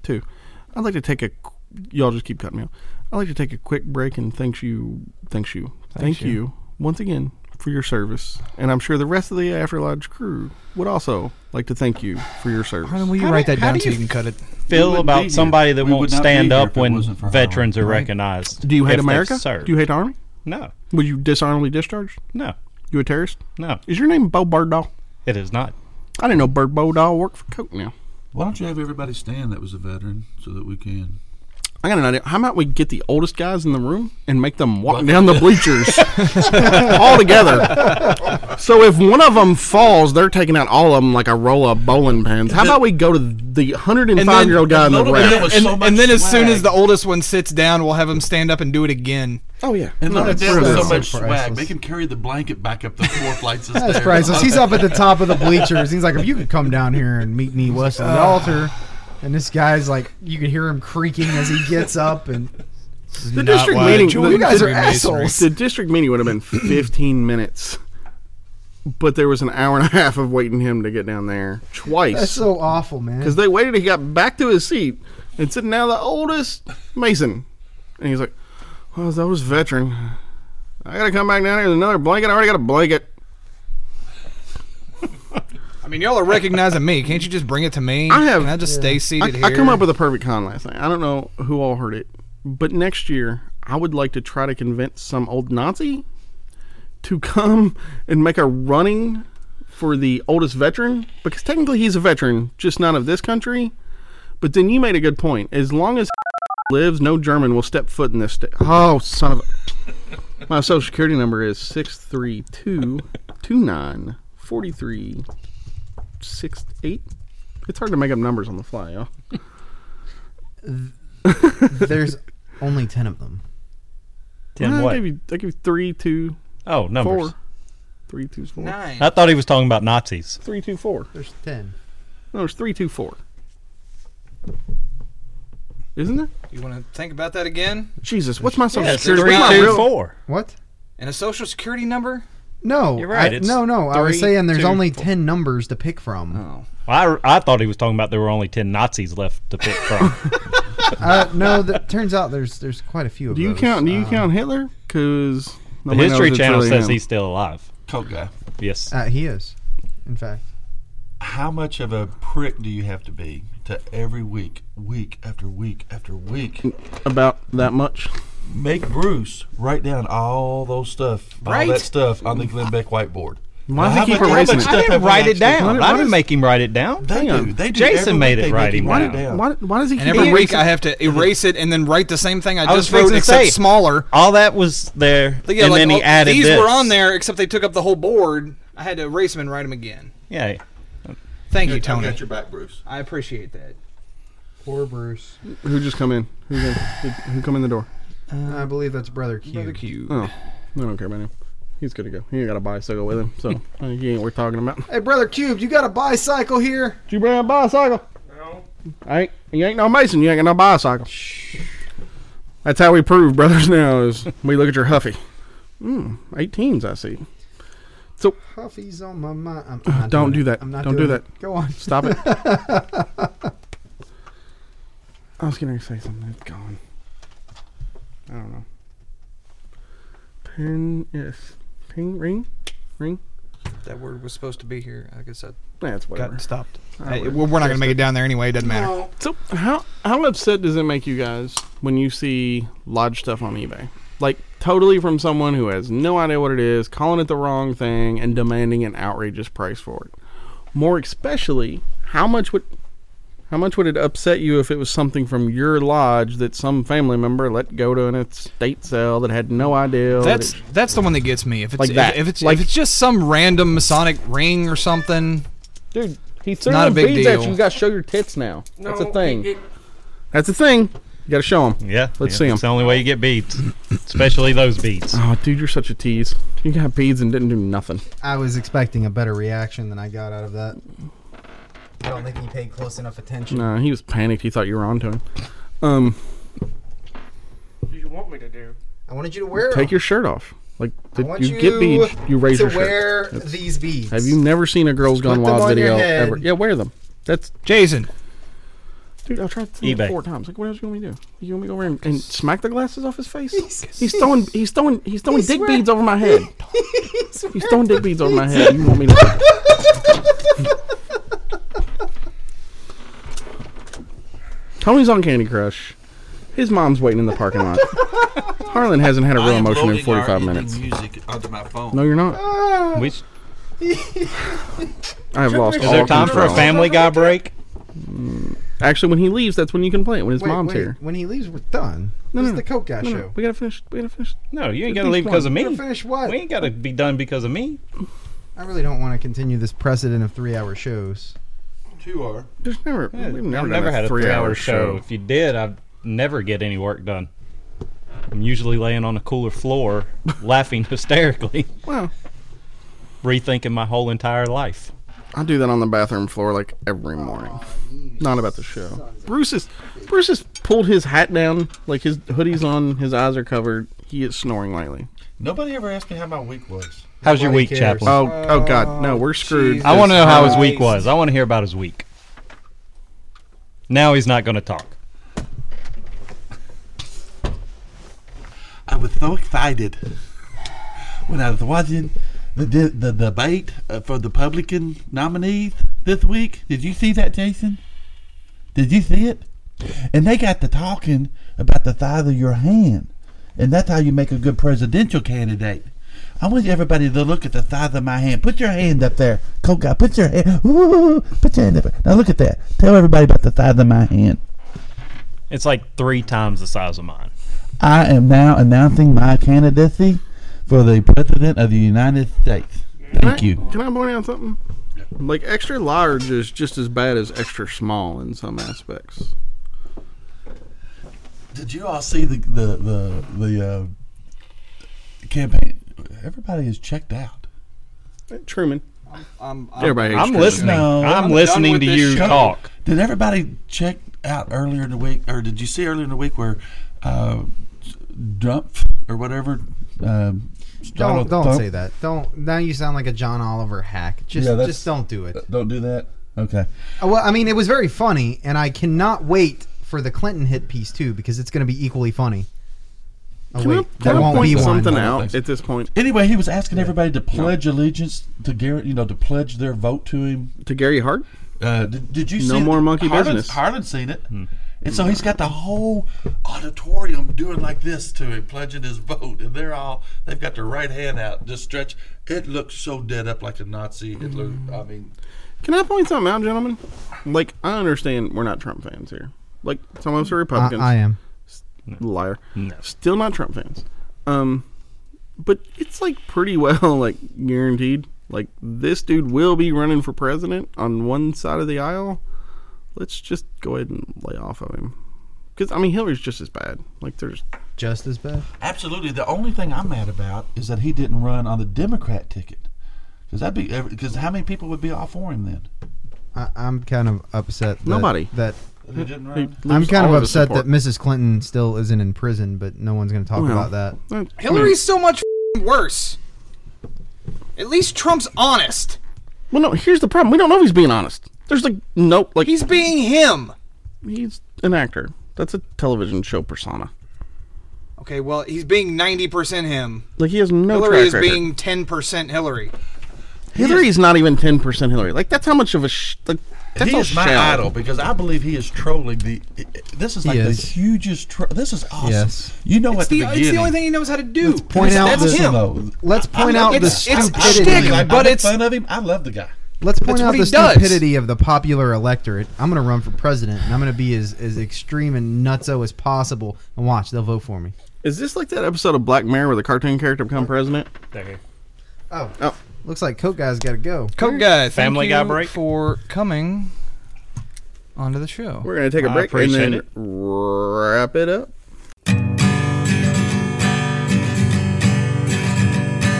too. I'd like to take a qu- y'all just keep cutting me off. I'd like to take a quick break and thanks you, thanks you, thank you. once again for your service, and I'm sure the rest of the Afterlodge crew would also like to thank you for your service. Harlan, will you How write do- that how down do so you you can cut it? We Feel wouldn't be about here. somebody that We won't would not stand be here up if it when wasn't for veterans are Howard. recognized. Do you hate if they've America? served. Do you hate the army? No, Would you dishonorably discharge? no, You a terrorist? no. Is your name Bo Birdall? It is not. I didn't know Bird Birdall worked for Coke. Now Why don't you have everybody stand that was a veteran so that we can? I got an idea. How about we get the oldest guys in the room and make them walk down the bleachers all together? So if one of them falls, they're taking out all of them like a roll of bowling pins. How about we go to the 105 year old guy in the and then- rack? was and, so and much then as soon as swag. the oldest one sits down, we'll have him stand up and do it again. Oh yeah, And No, look at it's that, really so awesome. much swag. priceless. Make him carry the blanket back up the four flights of stairs. That's priceless. He's up at the top of the bleachers. He's like, if you could come down here and meet me west of the altar. And this guy's like, you could hear him creaking as he gets up. And The district why I meeting. joined the- you guys are Freemasonry. assholes. The district meeting would have been 15 minutes, but there was an hour and a half of waiting him to get down there That's twice so awful, man. because Mm-hmm. they waited. He got back to his seat and said, "Now the oldest Mason," and he's like, "Well, the oldest veteran. I gotta come back down here with another blanket. I already got a blanket." I mean, y'all are recognizing me. Can't you just bring it to me? I have- Can I just stay seated I, here? I come up with a perfect con last night. I don't know who all heard it, but next year I would like to try to convince some old Nazi to come and make a running for the oldest veteran because technically he's a veteran, just not of this country. But then you made a good point. As long as lives, no German will step foot in this state. Oh, son of a. My social security number is 632 29 43 68. It's hard to make up numbers on the fly, y'all. There's only 10 of them. Ten I what? give you, I give you three, two, Oh, numbers. four. Three, two, four. Nine. I thought he was talking about Nazis. Three, two, four. There's 10. No, there's three, two, four. Isn't it? You want to think about that again? Jesus, what's my social Yeah, it's security? three, What's my two, real- four. What? And a social security number? No. You're right, I- it's no, no. I was three, saying there's two, only 10 numbers to pick from. Oh. I, I thought he was talking about there were only ten Nazis left to pick from. Uh, no, that turns out there's there's quite a few of Do you those. count? Do you Uh, count Hitler? Because the History Channel says he's still alive. Oh, Coke guy. Yes. Uh, he is, in fact. How much of a prick do you have to be to every week, week after week after week? about that much. Make Bruce write down all those stuff, Right? all that stuff on the Glenn Beck whiteboard. Why does Now, how he keep much- how erasing much it? I stuff have didn't we write it actually- down. What- I what didn't is- make him write it down. They Hang do. on. They do. Jason every made week it they write make him him down. write it down. Why, why does he And keep every week erasing? I have to erase it and then write the same thing I I was just wrote, fixing to except say- smaller. All that was there, But yeah, and like, then he all- added these this. were on there, except they took up the whole board. I had to erase them and write them again. Yeah. Thank you, Tony. your back, Bruce. I appreciate that. Poor Bruce. Who just come in? Who, go- who, who come in the door? I believe that's Brother Q. Brother Q. Oh, I don't care about him. He's good to go. He ain't got a bicycle with him, so uh, he ain't worth talking about. Hey, Brother Cube, you got a bicycle here? Did you bring a bicycle? No. I ain't, you ain't no Mason. You ain't got no bicycle. That's how we prove brothers now is we look at your Huffy. Mm, 18s, I see. Huffy's on my mind. I'm, I'm not Uh, Don't doing do it. that. I'm not Don't doing do it. Go on. Stop it. I was going to say something. It's gone. I don't know. Pin, yes. Ping, ring, ring. That word was supposed to be here. I guess I That's whatever. got stopped. Oh, I Hey, would- we're we're not going to make it down there anyway. It doesn't matter. So how how upset does it make you guys when you see lodge stuff on eBay? Like totally from someone who has no idea what it is, calling it the wrong thing and demanding an outrageous price for it. More especially, how much would how much would it upset you if it was something from your lodge that some family member let go to an estate sale that had no idea? that That's it- that's the one that gets me. If it's Like that. If, if it's Like- if it's just some random Masonic ring or something, dude, he threw not a them big beads at deal. you. You got to show your tits now. That's a No, thing. it- That's a thing. You got to show them. Yeah, Let's yeah, see 'em. It's the only way you get beads, especially those beads. Oh, dude, you're such a tease. You got beads and didn't do nothing. I was expecting a better reaction than I got out of that. I don't think he paid close enough attention. No, he was panicked. He thought you were onto him. Um, What do you want me to do? I wanted you to wear take them. your shirt off. Like I the, want you, get beads, you raise to your shirt. wear these beads. Have you never seen a Girls Gone Put them Wild on your video head. ever? Yeah, wear them. That's Jason, dude. I tried to say eBay. it four times. Like, what else you want me to do? You want me to go over and, and smack the glasses off his face? He's throwing. He's throwing. He's throwing dick beads over my head. He's throwing dick beads over my head. You want me to? Tony's on Candy Crush. His mom's waiting in the parking lot. Harlan hasn't had a real I am emotion in loading our 45 ending minutes. Music onto my phone. No, you're not. We s- I have lost all is there time for a control. Family Guy break? Actually, when he leaves, that's when you complain. When his Wait, mom's wait, here. When he leaves, we're done. No, this is no, the Coke Guy No, show. no, we gotta finish. We gotta finish. No, you ain't Just gotta leave finish because of one. me. Gotta finish what? We ain't gotta be done because of me. I really don't want to continue this precedent of three-hour shows. Two are. There's never. Yeah, we've never, done I've never had a three-hour three-hour show. If you did, I'd never get any work done. I'm usually laying on a cooler floor, laughing hysterically, Well, rethinking my whole entire life. I do that on the bathroom floor like every morning. Not about the show. Bruce is. Bruce has pulled his hat down. Like his hoodie's on. His eyes are covered. He is snoring lightly. Nobody ever asked me how my week was. How's your Nobody week, cares. Chaplin? Oh. Oh God. No, we're screwed. I want to know how his week was. I want to hear about his week. Now he's not going to talk. I was so excited when I was watching the the, the debate uh, for the Republican nominees this week. Did you see that, Jason? Did you see it? And they got to talking about the size of your hand, and that's how you make a good presidential candidate. I want everybody to look at the size of my hand. Put your hand up there, Coke guy. Put your hand. Ooh, put your hand up there. Now look at that. Tell everybody about the size of my hand. It's like three times the size of mine. I am now announcing my candidacy for the President of the United States. Thank you. Can I point out something? Like extra large is just as bad as extra small in some aspects. Did you all see the the the, the uh, campaign? Everybody is checked out. Truman. I'm, I'm, Everybody. Hates I'm Truman. listening. No, I'm, I'm listening done to with this you show. talk. Did everybody check out earlier in the week, or did you see earlier in the week where uh, Trump or whatever? Uh, Don't Donald don't Trump- say that. Don't. Now you sound like a John Oliver hack. Just Yeah, that's- just don't do it. Don't do that. Okay. Uh, Well, I mean, it was very funny, and I cannot wait for the Clinton hit piece too because it's going to be equally funny. Oh, Can wait, I, there can I won't be point one. something I don't think out so. at this point Anyway, he was asking everybody to pledge allegiance to Garrett, you know, to pledge their vote to him. to Gary Hart? Uh, did, did you No see more monkey Harlan's, business. Harlan's seen it, Hmm. and so he's got the whole auditorium doing like this to him, pledging his vote, and they're all they've got their right hand out, just stretch. It looks so dead up like a Nazi. It looked, I mean, Can I point something out, gentlemen? Like, I understand we're not Trump fans here. Like, some of us are I, Republicans. I am. Liar. Still not Trump fans. Um, but it's like pretty well like guaranteed. Like this dude will be running for president on one side of the aisle. Let's just go ahead and lay off of him. Because I mean, Hillary's just as bad. Like, there's Just as bad. absolutely. The only thing I'm mad about is that he didn't run on the Democrat ticket, because that'd be because how many people would be all for him then? I, I'm kind of upset. That, Nobody. That If he didn't run. I'm kind of all of his upset that support. Mrs. Clinton still isn't in prison, but no one's going to talk Well. about that. Uh, Hillary's so much f***ing worse. At least Trump's honest. Well, no. Here's the problem. We don't know if he's being honest. There's like nope. Like He's being him. he's an actor. That's a television show persona. Okay, well, he's being 90% him. Like he has no Hillary track is record. being 10% Hillary. Hillary's not even ten percent Hillary. Like that's how much of a sh- like that's he a is my shell. idol because I believe he is trolling the. This is like the is. hugest. Tro- this is awesome. Yes. You know It's what? the, the it's the beginning- only thing he knows how to do. point out that's this- him. Though. Let's point I out love the It's- that. it's stupidity. shtick. I but make it's- fun of him. I love the guy. Let's point That's out what the he does. stupidity of the popular electorate. I'm going to run for president, and I'm going to be as, as extreme and nutso as possible. And watch, they'll vote for me. Is this like that episode of Black Mirror where the cartoon character become president? There. Oh, Oh. looks like Coke Guy's got to go. Coke guy, thank Family you Guy break. for coming onto the show. We're gonna take a I break and appreciate then it. wrap it up.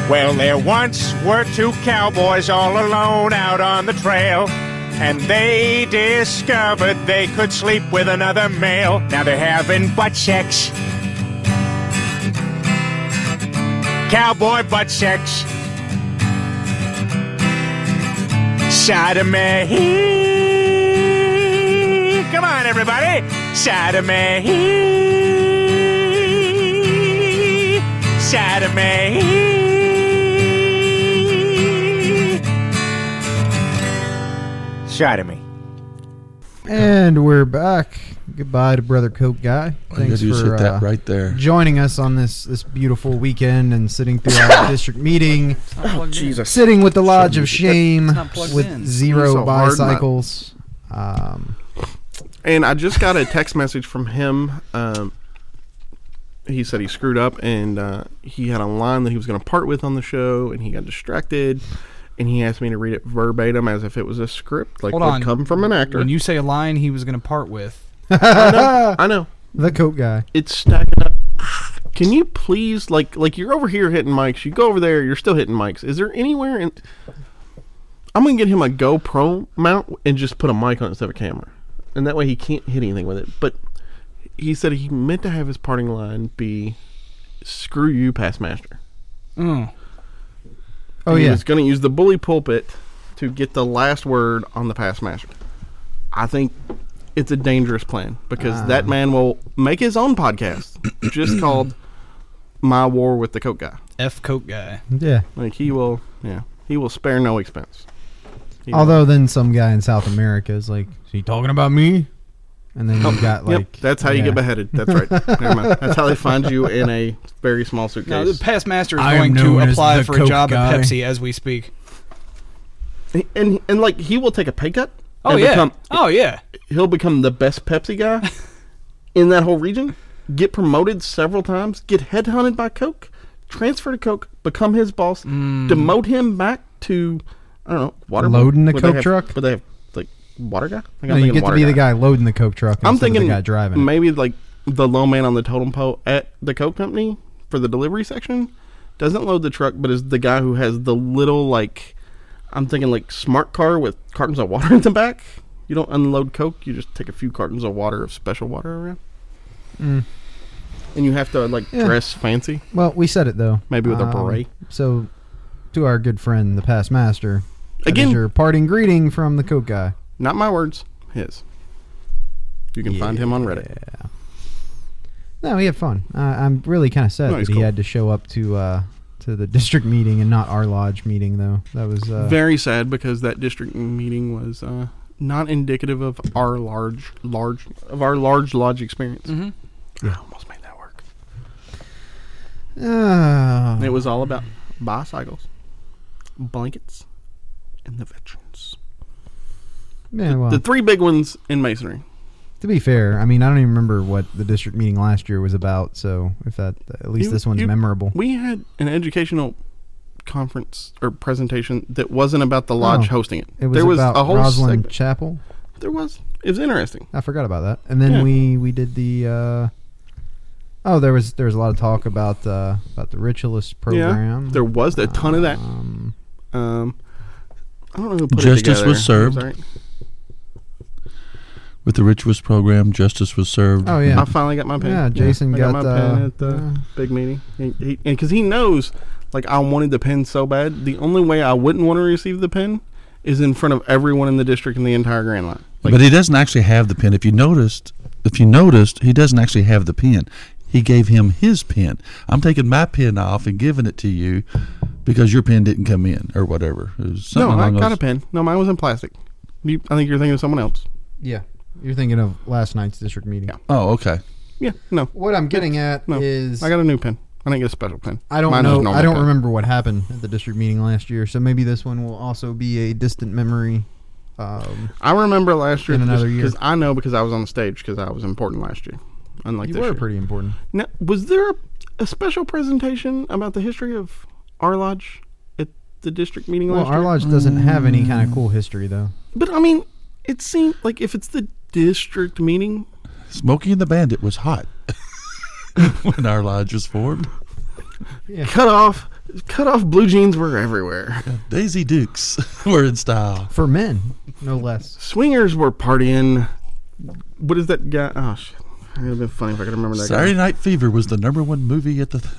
Well, there once were two cowboys all alone out on the trail, and they discovered they could sleep with another male. Now they're having butt sex. Cowboy butt sex. Sodomy. Come on, everybody. Sodomy. Sodomy. Sodomy. And we're back. Goodbye to brother Coke Guy. you gotta Thanks do is for hit that uh, right there. joining us on this this beautiful weekend and sitting through our district meeting, Oh, Jesus. sitting with the lodge of shame It's not plugged with in. zero So hard, man. bicycles. Um, And I just got a text message from him. Um, he said he screwed up and uh, he had a line that he was going to part with on the show, and he got distracted. And he asked me to read it verbatim as if it was a script, like Hold would on. come from an actor. When you say a line he was going to part with, I, know, I know the Coke Guy. it's stacking up. Can you please, like, like you're over here hitting mics. You go over there, you're still hitting mics. Is there anywhere? In, I'm gonna get him a GoPro mount and just put a mic on it instead of a camera, and that way he can't hit anything with it. But he said he meant to have his parting line be "Screw you, past master." mm, Oh he yeah, was gonna use the bully pulpit to get the last word on the past master. I think it's a dangerous plan because Ah. that man will make his own podcast just called "My War with the Coke Guy." F Coke guy. yeah. Like he will, yeah, he will spare no expense. He will- Although then some guy in South America is like, "Is he talking about me?" And then you got like, yep, that's how you yeah. get beheaded. That's right. Never mind. That's how they find you in a very small suitcase. No, the past master is I am going to known as apply the for a Coke job guy. at Pepsi as we speak. He- and and like he will take a pay cut. Oh and yeah. become- oh yeah. he'll become the best Pepsi guy in that whole region. Get promoted several times. Get headhunted by Coke. Transfer to Coke. Become his boss. Demote him back to I don't know water. boy. Loading the Would they Coke have- truck? Would they have like water guy? I think I'm No, you thinking get to water be the guy loading the Coke truck. I'm instead of thinking the guy driving. it. Maybe like the low man on the totem pole at the Coke company for the delivery section doesn't load the truck, but is the guy who has the little like I'm thinking like smart car with cartons of water in the back. You don't unload Coke; you just take a few cartons of water of special water around. Mm. And you have to like Yeah. dress fancy, Well, we said it though. maybe with a Um, beret. So, to our good friend, the past master, that is Again, your parting greeting from the Coke guy. not my words, his. You can find him on Reddit. Yeah. No, we had fun. Uh, I'm really kind of sad No, that he's he cool. had to show up to uh, to the district meeting and not our lodge meeting, though. That was uh, Very sad because that district meeting was uh, not indicative of our large, large of our large lodge experience. Mhm. I almost made that work. Ah. And it was all about bicycles, blankets, and the veterans. yeah, well, The three big ones in masonry. to be fair, I mean, I don't even remember what the district meeting last year was about. So, if that at least You- this one's you- memorable. We had an educational conference or presentation that wasn't about the lodge Oh. hosting it. It was, there was about a whole Roslyn segment. Chapel. There was. It was interesting. I forgot about that. And then Yeah. we we did the uh, oh there was there was a lot of talk about uh, about the ritualist program. Yeah, there was a ton of that. Um, Um, I don't know who put it Justice together. was I'm served. sorry. With the ritualist program, justice was served. oh yeah, I finally got my pen. yeah. Jason I got, my uh, pen at the yeah. big meeting. Because he, because he knows, like, I wanted the pen so bad. The only way I wouldn't want to receive the pen is in front of everyone in the district in the entire Grand Line. Like, but he doesn't actually have the pen. If you noticed, if you noticed, he doesn't actually have the pen. He gave him his pen. I'm taking my pen off and giving it to you because your pen didn't come in or whatever. It was no, something I along got those- a pen. No, mine was in plastic. You, I think you're thinking of someone else. yeah. You're thinking of last night's district meeting. Yeah. Oh, okay. Yeah, no. What I'm getting at No, is I got a new pen. I didn't get a special pen. I don't Mine was know. normal I don't pen. remember what happened at the district meeting last year, so maybe this one will also be a distant memory. Um, I remember last year In another year. because I know because I was on the stage because I was important last year. Unlike you this were year. pretty important. Now, was there a, a special presentation about the history of our lodge at the district meeting Well, last our year? Mm. lodge doesn't have any kind of cool history, though. But I mean, it seemed like if it's the district meeting, Smokey and the Bandit was hot when our lodge was formed. cut off, cut off blue jeans were everywhere. Daisy Dukes were in style. For men, no less. Swingers were partying. What is that guy? Oh shit! It would have been funny if I could remember that Saturday guy. Night Fever was the number one movie at the. That-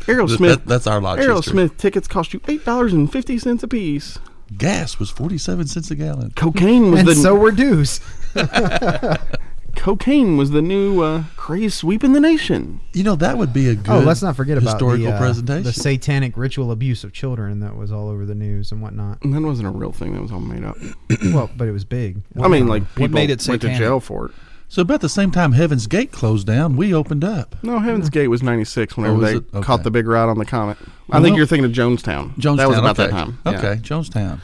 Aerosmith. that- that's our lodge history. Aerosmith tickets cost you eight dollars and fifty cents a piece. Gas was forty-seven cents a gallon. Cocaine was And the so were dues. cocaine was the new uh, craze sweeping the nation. You know that would be a good. Oh, let's not forget about historical the, uh, presentation. the satanic ritual abuse of children that was all over the news and whatnot. And that wasn't a real thing. That was all made up. well, but it was big. I mean, like people made it went to satanic? jail for it. so about the same time Heaven's Gate closed down, we opened up. No, Heaven's Gate was '96 whenever Oh, was they it? Okay. caught the big ride on the comet. I Well, think you're thinking of Jonestown. Jonestown. That was about that okay. time. Yeah. Okay, Jonestown.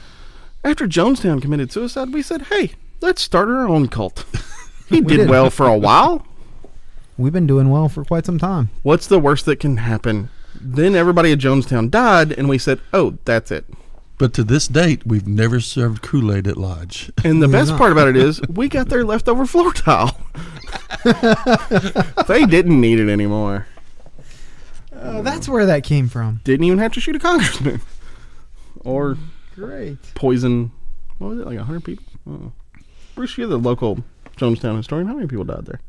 After Jonestown committed suicide, we said, "Hey, let's start our own cult." He did, did. well for a while. We've been doing well for quite some time. What's the worst that can happen? Then everybody at Jonestown died, and we said, "Oh, that's it." But to this date, we've never served Kool Aid at lodge. And the Why best not? part about it is, we got their leftover floor tile. they didn't need it anymore. Uh, that's where that came from. Didn't even have to shoot a congressman or Great. poison. What was it? Like hundred people. Oh. Bruce, you're the local Jonestown historian. How many people died there?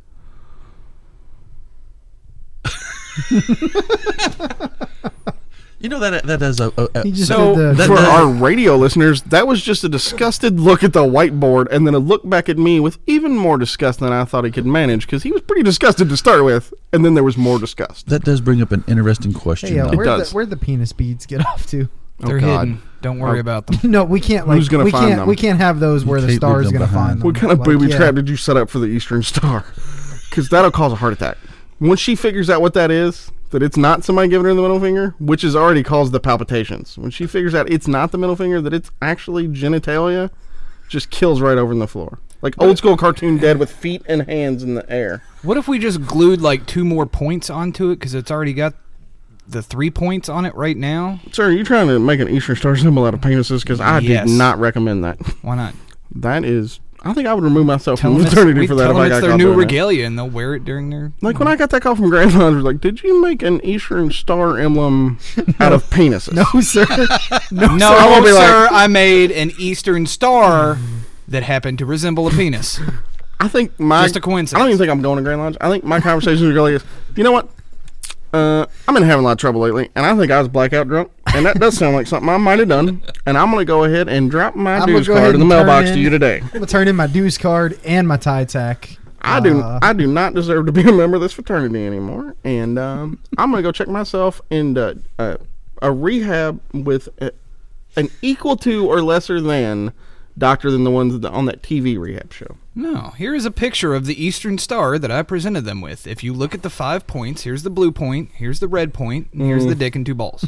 You know that that is a, a, a He just So did the. that- for that- our radio listeners, that was just a disgusted look at the whiteboard, and then a look back at me with even more disgust than I thought he could manage because he was pretty disgusted to start with, and then there was more disgust. that does bring up an interesting question. hey, uh, though. we're- where'd, the, does. where'd the penis beads get off to? They're God. hidden. Don't Oh. worry about them. No, we can't. Like, Who's gonna we find can't, them? We can't have those where the You can't leave star is them going to behind. find them. What kind of Like, booby yeah. trap did you set up for the Eastern Star? Because that'll cause a heart attack. Once she figures out what that is, that it's not somebody giving her the middle finger, which has already caused the palpitations. When she figures out it's not the middle finger, that it's actually genitalia, just kills right over in the floor. Like old school cartoon dead with feet and hands in the air. What if we just glued like two more points onto it because it's already got the three points on it right now? Sir, are you trying to make an Eastern Star symbol out of penises? Because I Yes. did not recommend that. Why not? That is, I think I would remove myself Tell from them it's, fraternity we for that tell if them I it's got their caught new doing that. regalia and they'll wear it during their. Like when I got that call from Grandma, I was like, "Did you make an Eastern Star emblem out of penises?" No, Oh, sir. No, I won't be like- sir, I made an Eastern Star that happened to resemble a penis. I think my Just a coincidence. I don't even think I'm going to Grand Lodge. I think my conversation with Grandma is, you know what? Uh, I've been having a lot of trouble lately, and I think I was blackout drunk, and that does sound like something I might have done. And I'm going to go ahead and drop my I'm gonna dues go ahead card in the and turn mailbox in- to you today. I'm gonna turn in my dues card and my tie tack. I do. Uh, I do not deserve to be a member of this fraternity anymore, and um, I'm gonna go check myself in uh, uh, a rehab with a, an equal to or lesser than doctor than the ones that- on that TV rehab show. No, here is a picture of the Eastern Star that I presented them with. If you look at the five points, here's the blue point, here's the red point, and Mm. here's the dick and two balls.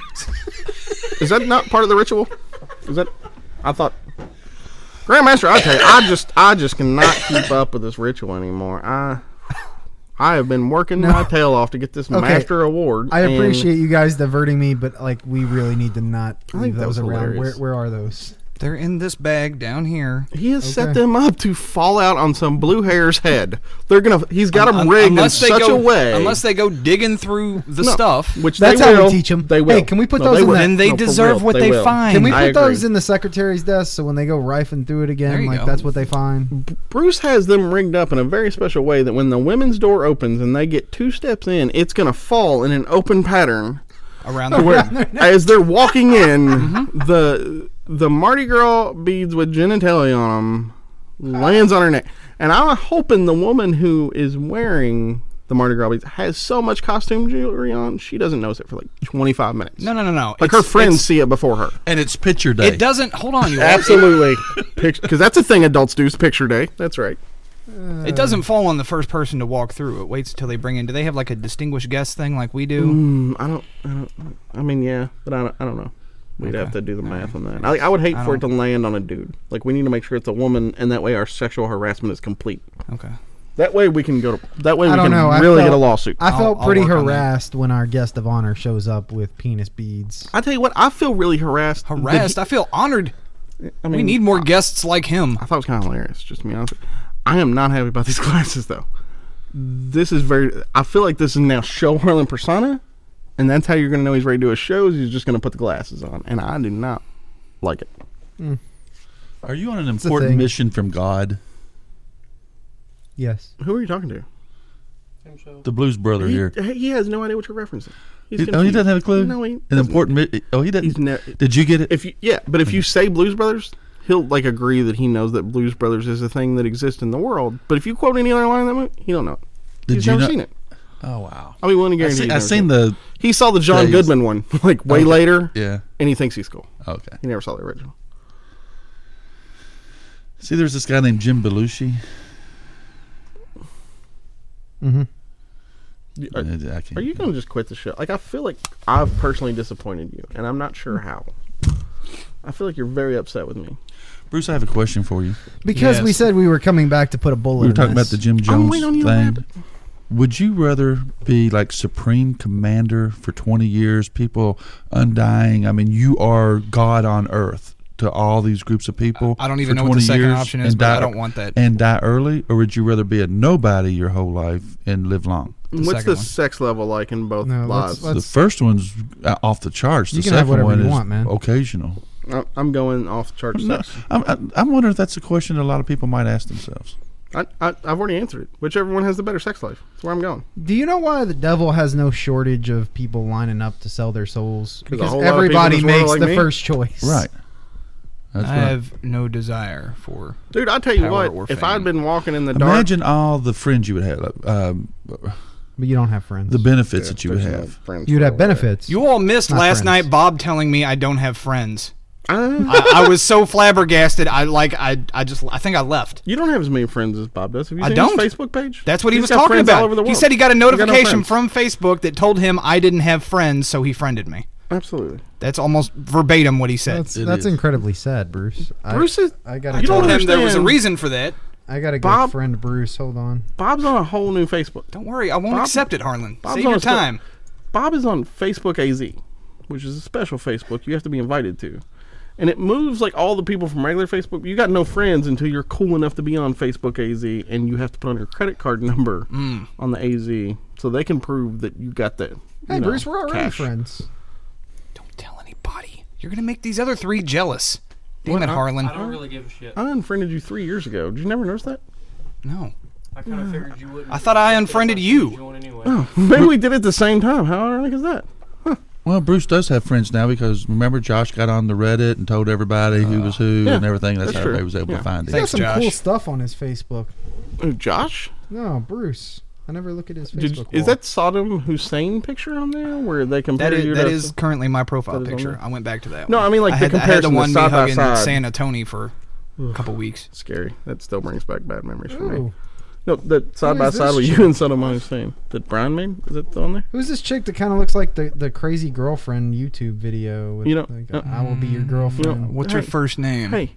Is that not part of the ritual? Is that? I thought. Grandmaster, I tell you, I just, I just cannot keep up with this ritual anymore. I, I have been working my tail off to get this master award. I and appreciate you guys diverting me, but like we really need to not leave that those was around. Where, hilarious. where are those? They're in this bag down here. He has set Okay. them up to fall out on some blue hair's head. They're gonna. He's got them Un- rigged in unless they such go, a way. Unless they go digging through the No, stuff. which That's they how we will. teach 'em. They will. Hey, can we put No, those in will. that- Then they No, for deserve real, what they will. find. Can we I put those agree. in the secretary's desk so when they go rifling through it There again, you like go. that's what they find? Bruce has them rigged up in a very special way that when the women's door opens and they get two steps in, it's gonna fall in an open pattern. around the room. As they're walking in, the the Mardi Gras beads with genitalia on them lands on her neck, and I'm hoping the woman who is wearing the Mardi Gras beads has so much costume jewelry on she doesn't notice it for like 25 minutes. No, no, no, no. Like her It's- friends it's- see it before her. and it's picture day. It doesn't. Hold on, you all. Absolutely, because that's a thing adults do is picture day. That's right. it doesn't fall on the first person to walk through. It waits until they bring in. Do they have like a distinguished guest thing like we do? Mm, I don't. I don't. I mean, yeah, but I don't. I don't know. We'd have to do the math on that. I, I would hate I for it to land on a dude. Like we need to make sure it's a woman, and that way our sexual harassment is complete. Okay. That way we can go. To, that way I we don't can know. I really felt- get a lawsuit. I, I felt I'll- I'll pretty work on that. harassed when our guest of honor shows up with penis beads. tell you what, I feel really harassed. that he- Harassed. I feel honored. I mean, we need more guests like him. I thought it was kind of hilarious. Just to be honest, with you. I am not happy about these glasses though. This is very. I feel like this is now show Harlan persona, and that's how you're going to know he's ready to do a show. Is he's just going to put the glasses on, and I do not like it. Are you on an a important thing. mission from God? Yes. Who are you talking to? The Blues Brother He, here. he has no idea what you're referencing. He's He- oh, he confused. doesn't have a clue. No, he an doesn't. important. Mi- oh, he doesn't. He's ne- Did you get it? If you, yeah, but if you say Blues Brothers, he'll like agree that he knows that Blues Brothers is a thing that exists in the world. But if you quote any other line in that movie, he don't know. It. Did he's you never not- seen it. oh wow. I'll be willing to I guarantee. see, he's I never seen it. the. He saw the John Yeah, he's- Goodman one like way Okay. later. Yeah. and he thinks he's cool. Okay. He never saw the original. See, there's this guy named Jim Belushi. Are, uh, I can't- are you going to just quit the show? Like, I feel like I've personally disappointed you, and I'm not sure how. I feel like you're very upset with me. Bruce, I have a question for you. Because we Yes. said we were coming back to put a bullet. We were in talking about this. the Jim I'm Jones waiting on Oh, you to thing. Would you rather be like supreme commander for 20 years, people undying? I mean, you are God on earth to all these groups of people. I don't even for know what the 20 second years option is, and but I die- don't want that. And die early, or would you rather be a nobody your whole life and live long? What's second the one. sex level like in both No, let's- lives? let's- the first one's uh, off the charts. The You can have second whatever one you is want, man. occasional. I- I'm going off the chart. No, sex. I'm, I'm- I'm wondering if that's a question a lot of people might ask themselves. I, I, I've already answered it. Whichever one has the better sex life. That's where I'm going. Do you know why the devil has no shortage of people lining up to sell their souls? a Because whole lot of people in everybody this world makes like the me. first choice. Right. That's I right. have no desire for. Dude, I tell you Power or what, if fame. I'd been walking in the dark, Imagine all the friends you would have, like, um, But you don't have friends. the benefits that you would There's no have. friends You'd have for all that. benefits. You all missed My last friends. night. Bob telling me I don't have friends. Uh, I, I was so flabbergasted. I like. I. I just. I think I left. you don't have as many friends as Bob does. Have you I seen don't. his Facebook page? That's what he He's was got talking friends about. all over the He world. said he got a He's no notification friends. from Facebook that told him I didn't have friends, so he friended me. Absolutely. That's almost verbatim what he said. That's It that's is. incredibly sad, Bruce. Bruce I, is- I I gotta. You go, told don't him there was a understand. reason for that. I gotta go Bob- friend Bruce. Hold on. Bob's on a whole new Facebook. Don't worry, I won't Bob- accept it, Harlan. Bob's Save on your a still- time. Bob is on Facebook AZ, which is a special Facebook you have to be invited to. And it moves like all the people from regular Facebook. You got no friends until you're cool enough to be on Facebook AZ, and you have to put on your credit card number Mm. on the AZ so they can prove that you got that. Hey, you know, Bruce, we're already cash. friends. Don't tell anybody. You're gonna make these other three jealous. Damn it, Harlan. I don't really give a shit. I unfriended you three years ago. Did you never notice that? no. I kind of figured you wouldn't. I thought I unfriended you. Join anyway. Maybe we did it at the same time. How ironic is that? Well, Bruce does have friends now because remember Josh got on the Reddit and told everybody who was who Uh, yeah, and everything. That's, that's how true. they was able Yeah. to He's find him. got Thanks, some cool Josh. stuff on his Facebook. Oh, Josh? No, Bruce. I never look at his Facebook. Did, wall. is that Saddam Hussein picture on there where they compare That you is, to that is currently my profile That is on picture. there. I went back to that. No, one. I mean, like, the had, I had the comparison, the one side by me side. hugging Santa Tony for a couple weeks. scary? That still brings back bad memories for me. Ooh. No, that side Who by is side this with you chick? and Saddam Hussein. That Brian made? Is it on there? Who's this chick that kind of looks like the, the crazy girlfriend YouTube video? With You know- like, uh, I will be your girlfriend. What's Hey. her first name? Hey,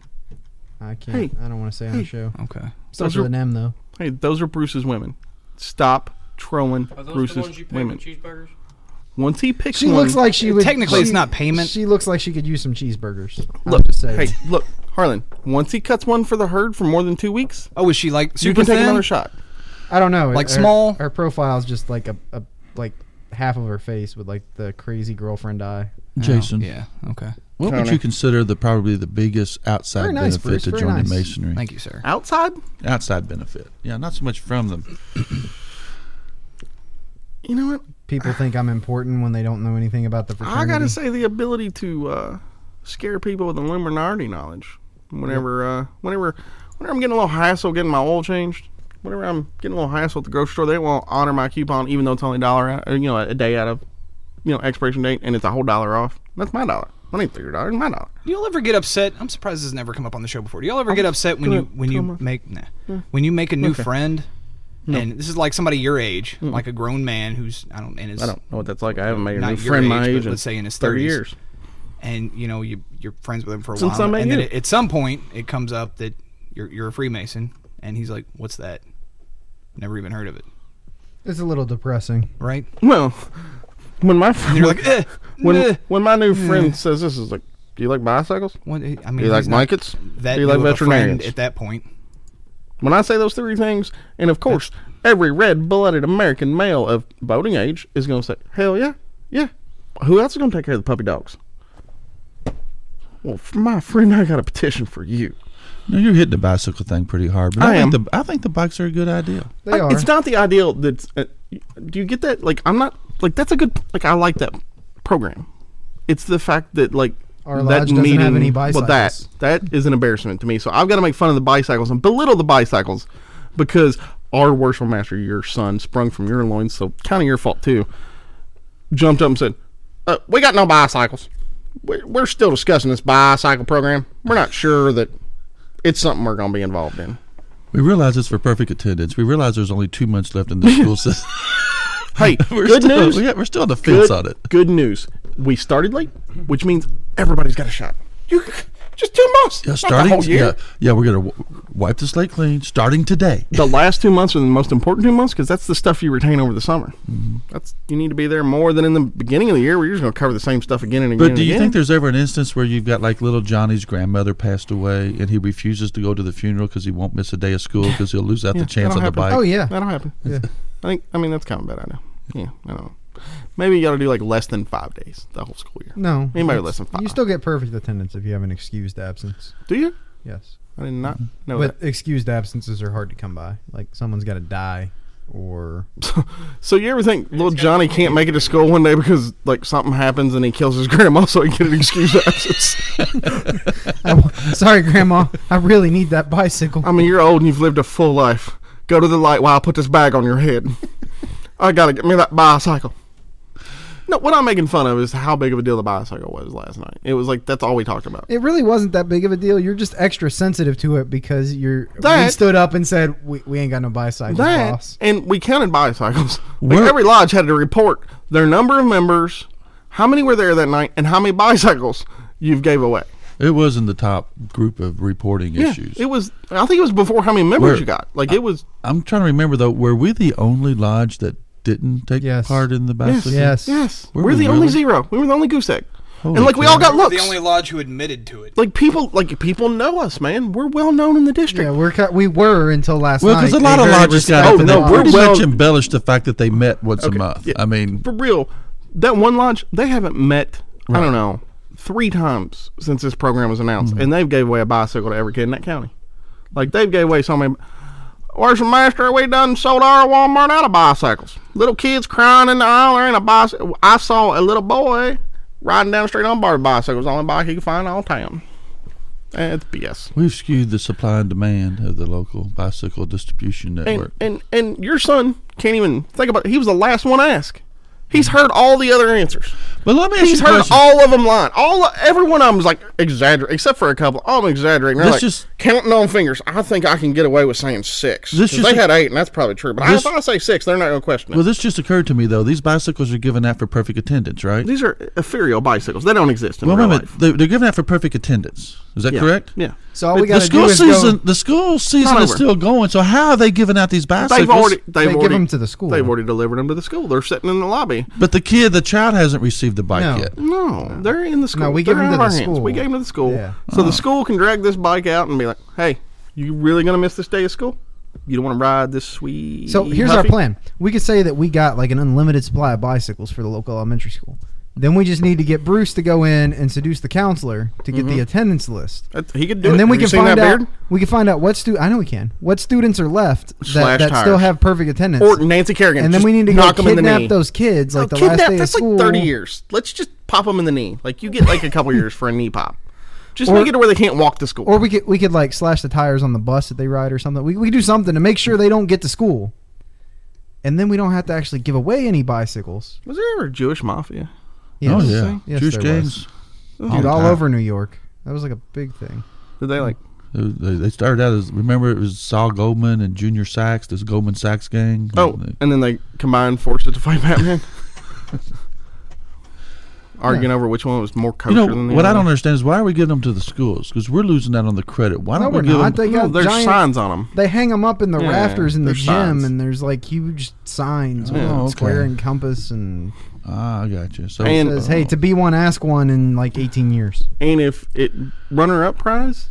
I can't. I don't want to say on hey. the show. Okay. Starts Those with an M though. hey, those are Bruce's women. Stop trolling Are those the ones Bruce's you paid women. with cheeseburgers? Once he picks She one, looks like she would. Technically, it's she- not payment. She looks like she could use some cheeseburgers. Look, I'm just saying. hey, look, Harlan. Once he cuts one for the herd for more than two weeks, Oh, is she like you super can take thin? another shot. I don't know. Like her, small? Her profile's just like a, a like half of her face with like the crazy girlfriend eye. Jason, Yeah. Okay. what would Tony. you consider the probably the biggest outside Very nice, benefit Bruce, to very joining nice. masonry? Thank you, sir. Outside, Outside benefit, yeah, not so much from them. you know what? People think I'm important when they don't know anything about the fraternity. I gotta say, the ability to uh, scare people with Illuminati knowledge. Whenever, uh, whenever, whenever I'm getting a little hassle getting my oil changed, whenever I'm getting a little hassle at the grocery store, they won't honor my coupon uh, even though it's only a dollar out, or, you know, a day out of, you know, expiration date, and it's a whole dollar off. That's my dollar. I need three dollars. My dollar. Do y'all ever get upset? I'm surprised this has never come up on the show before. Do y'all ever get upset when Um, come you on, when come you on. make nah, Yeah. when you make a new Okay. friend? No. And this is like somebody your age, Mm. like a grown man who's I don't and is I don't know what that's like. I haven't made a not new your friend my but age in let's say in his 30 30s, years. and you know you you're friends with him for a Since I while, met and you. then at- at some point it comes up that you're you're a Freemason, and he's like, "What's that? Never even heard of it." It's a little depressing. Right? Well, when my friend, you're like, "Eh, when eh, when my new friend eh." says this is like, do you like bicycles? What eh, I mean, do you like he's not blankets? That do you like new of a friend veterinarians? at that point. When I say those three things, and of course, every red-blooded American male of voting age is going to say, "Hell yeah, yeah." Who else is going to take care of the puppy dogs? Well, f- my friend, I got a petition for you. No, you're hitting the bicycle thing pretty hard, but I, I think am. the I think the bikes are a good idea. They I- are. It's not the ideal that's. Uh, do you get that? Like, I'm not. Like, that's a good. Like, I like that program. It's the fact that, like, Our that lodge doesn't meeting. have any Well, that, bicycles. that is an embarrassment to me. So I've got to make fun of the bicycles and belittle the bicycles because our worship master, your son, sprung from your loins. So kind of your fault, too. Jumped up and said, uh, We got no bicycles. We're, we're still discussing this bicycle program. We're not sure that it's something we're going to be involved in. We realize it's for perfect attendance. We realize there's only two months left in the school system. Hey, We're good still- news. yeah, we're still on the fence good, on it. Good news. We started late, which means everybody's got a shot. You just two months. Yeah, not the starting. whole year. yeah, yeah, we're gonna w- wipe the slate clean. Starting today. The last two months are the most important two months because that's the stuff you retain over the summer. Mm-hmm. That's you need to be there more than in the beginning of the year. where you are just going to cover the same stuff again and again. But and do you again. think there's ever an instance where you've got like little Johnny's grandmother passed away and he refuses to go to the funeral because he won't miss a day of school because he'll lose out Yeah, the chance on that'll happen. the bike? Oh yeah. that'll happen? Yeah. I think. I mean, that's kind of a bad idea. Yeah, I don't know. Maybe you got to do like less than five days the whole school year. No. Anybody it's- listen, You fine. still get perfect attendance if you have an excused absence. Do you? Yes. I did Mm-hmm. not know But excused absences are hard to come by. Like someone's got to die or that. So you ever think little Johnny can't make it to school one day because like something happens and he kills his grandma so he can get an excused absence? I w- sorry grandma, I really need that bicycle. I mean, you're old and you've lived a full life. Go to the light while I put this bag on your head. I gotta get me that bicycle. No, what I'm making fun of is how big of a deal the bicycle was last night. It was like that's all we talked about. it really wasn't that big of a deal. You're just extra sensitive to it because you're we That- stood up and said we, we ain't got no bicycles, That boss. and we counted bicycles. Like Where- every lodge had to report their number of members, how many were there that night, and how many bicycles you've gave away. It was in the top group of reporting issues. Yeah, it was. I think it was before how many members Where- Uh, you got. Like it was. I'm trying to remember though. Were we the only lodge that didn't take Yes. part in the Yes. bicycle? Yes. Yes, Were we're we the only really? zero. We were the only goose egg, Holy and like we cow. all got looks. The only lodge who admitted to it. like people like people know us, man. We're well known in the district. Yeah, we're ki- we were until last Well, night. because a They lot of very lodges got respected no, oh, the we're lodge. pretty well- much embellished the fact that they met once a month. yeah. I mean, For real, that one lodge they haven't met. I don't know three times since this program was announced, and they've gave away a bicycle to every kid in that county. Like they've gave away so many. Where's the master? We done sold our Walmart out of bicycles. Little kids crying in the aisle. There ain't a bicycle. I saw a little boy riding down the street on borrowed bicycles, the only bike he could find in all town. Eh, It's BS. we've skewed the supply and demand of the local bicycle distribution and network. and and your son can't even think about it. He was the last one asked. He's heard all the other answers. but let me ask He's you a heard question. all of them lying. All every one of them is like exaggerating, except for a couple. I'm exaggerating. They're This like just- counting on fingers. I think I can get away with saying six. This 'Cause just- they had eight, and that's probably true. But I if This- I say six, they're not going to question it. well, this just occurred to me though. These bicycles are given out for perfect attendance, right? These are ethereal bicycles. They don't exist in well, wait a real minute. life. They're, they're given out for perfect attendance. Is that Yeah. correct? Yeah. So all we the got to do school is season. go. The school season Not is over. still going. So how are they giving out these bicycles? They've already they've They give already, 'em to the school. They've already delivered them to the school. They're sitting in the lobby. but the kid, the child, hasn't received the bike No. yet. No, they're in the school. we They're give 'em out to of the our hands. We school. gave them to the school. Yeah. Uh-huh. So the school can drag this bike out and be like, "Hey, you really gonna miss this day of school? You don't want to ride this sweet." So here's our E Huffy?" plan. We could say that we got like an unlimited supply of bicycles for the local elementary school. Then we just need to get Bruce to go in and seduce the counselor to get the attendance list. That's- He could Mm-hmm. do and it. then we Have you can seen find that out beard? we can find out what stu- I know we can what students are left that, Slash that still tires. have perfect attendance. Or Nancy Kerrigan. and then Just we need to go knock 'em in the kidnap knee. those kids like No, the last kidnap, day of That's school. like 30 years. Let's just pop them in the knee. Like you get like a couple years for a knee pop. Just Or- make it to where they can't walk to school. Or we could we could like slash the tires on the bus that they ride or something. We we could do something to make sure they don't get to school. And then we don't have to actually give away any bicycles. Oh, was there ever a Jewish mafia? Yes. Oh yeah, Yes, Jewish there was. gangs. Dude, all over New York. That was like a big thing. Did they like? They they started out as remember it was Saul Goldman and Junior Sachs, this Goldman Sachs gang. Oh, and then they combined forces to fight Batman. Arguing over which one was more kosher you know than the what I other. don't understand is why are we giving them to the schools? Because we're losing out on the credit. Why No, don't we're we give not. them? They got there's giant- signs on 'em. They hang them up in the Yeah, rafters in the there's gym, signs. and there's like huge Oh, signs with Yeah, okay. square and compass, and Ah, I got you. So uh, it And- uh, says, "Hey, to be one, ask one." In like 18 years, And if it runner up prize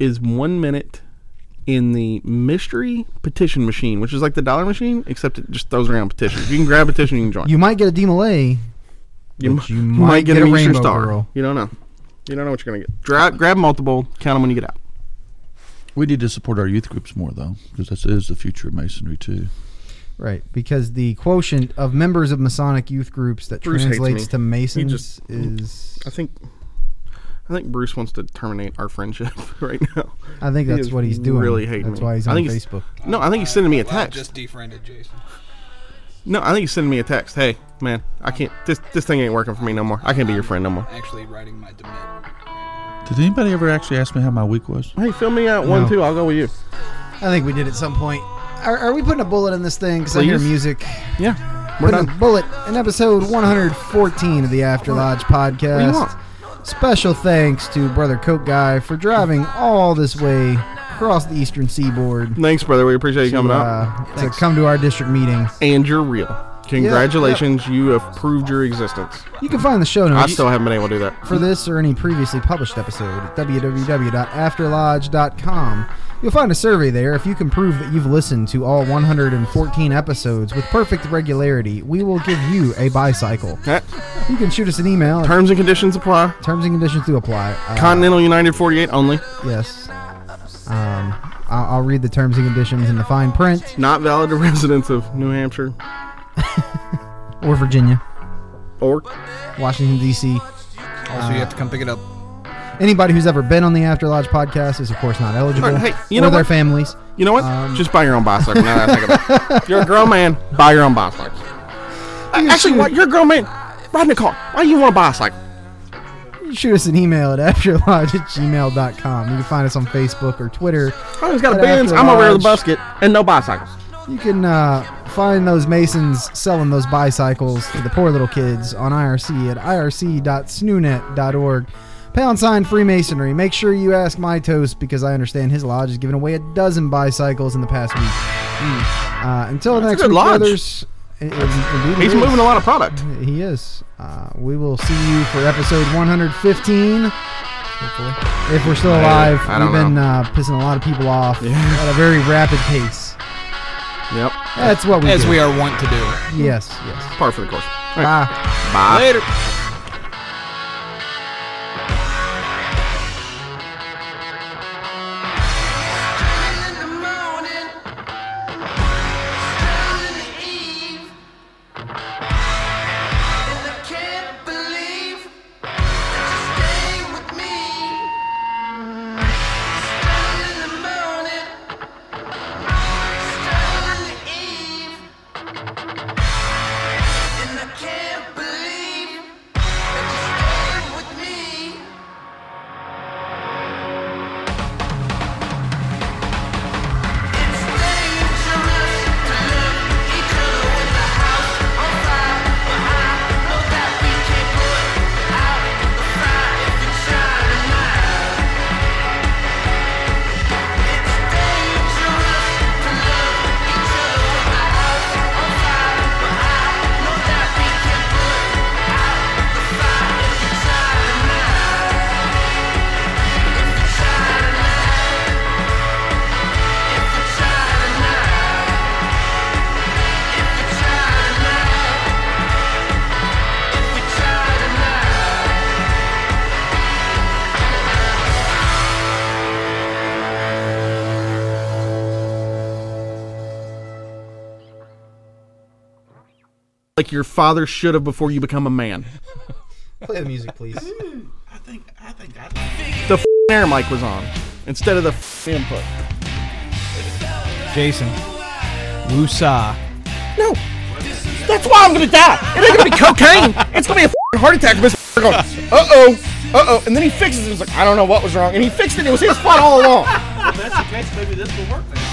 is one minute in the mystery petition machine, which is like the dollar machine, except it just throws around petitions. You can grab a petition, you can join. you might get a demolay. You but m- you might get a an Eastern Rainbow Girl. You don't know. You don't know what you're gonna get. Grab, grab multiple, count them when you get out. we need to support our youth groups more though, because that is the future of masonry too. Right, because the quotient of members of Masonic youth groups that Bruce hates me. translates to He Masons just- is, I think. I think Bruce wants to terminate our friendship right now. I think He that's is what he's doing. Really hating That's me. why he's I on think Facebook. no, I think he's sending me a Wow, text. just defriended Jason. No, I think he's sending me a text. Hey, man, I can't. This this thing ain't working for me no more. I can't be your friend no more. Actually, writing my demit. Did anybody ever actually ask me how my week was? Hey, fill me out one No. too. I'll go with you. I think we did at some point. Are, are we putting a bullet in this thing? Because I hear Please. music. Yeah, we're Putting a done. bullet in episode 114 of the After Lodge do you podcast. Special thanks to Brother Coke Guy for driving all this way across the eastern seaboard Thanks, brother. We appreciate you to, coming out. uh, to come to our district meeting. And you're real. Congratulations, you have proved your existence. You can find the show I notes still haven't been able to do that. for this or any previously published episode at www.afterlodge.com. You'll find a survey there. If you can prove that you've listened to all 114 episodes with perfect regularity, we will give you a bicycle. Okay. You can shoot us an email. at Terms and conditions apply. Terms and conditions do apply. Uh, Continental United 48 only. Yes. Um, I'll, I'll read the terms and conditions in the fine print Not valid to residents of New Hampshire or Virginia, or Washington, D.C. Also, you have to come pick it up. Anybody who's ever been on the After Lodge podcast is, of course, not eligible. Alright, hey, you or know their what? families. you know what? Um, Just buy your own bicycle. Now that I think about it. You're a grown man. Buy your own bicycle. You Actually, should- what? You're a grown man. Ride in a car. Why do you want a bicycle? shoot us an email at afterlodge at gmail.com. You can find us on Facebook or Twitter. I just got a Get Benz. after I'm over the lunch. basket and no bicycles. You can uh, find those Masons selling those bicycles to the poor little kids on IRC at E irc.snoonet.org. Pound sign Freemasonry. Make sure you ask my toast because I understand his lodge has given away a dozen bicycles in the past week. Uh, until That's a next good week, lodge. brothers. i- i- indeed it He's is. moving a lot of product. He is. Uh, we will see you for episode 115. Hopefully. If we're still alive, I we've don't been know. uh, pissing a lot of people off at a very rapid pace. Yep. That's what we As do. we are wont to do. Yes, yes. Ah. Par for the course. All right. Bye. Bye. Later. Like your father should have before you become a man. Play the music, please. The f- air mic was on instead of the f- input. Jason. Wusa. No. That's why I'm gonna die. It ain't gonna be cocaine. It's gonna be a f- heart attack. Uh oh. uh oh. And then he fixes it. He's like, I don't know what was wrong. And he fixed it. It was his fault all along. Well, if that's the case, maybe this will work. Then.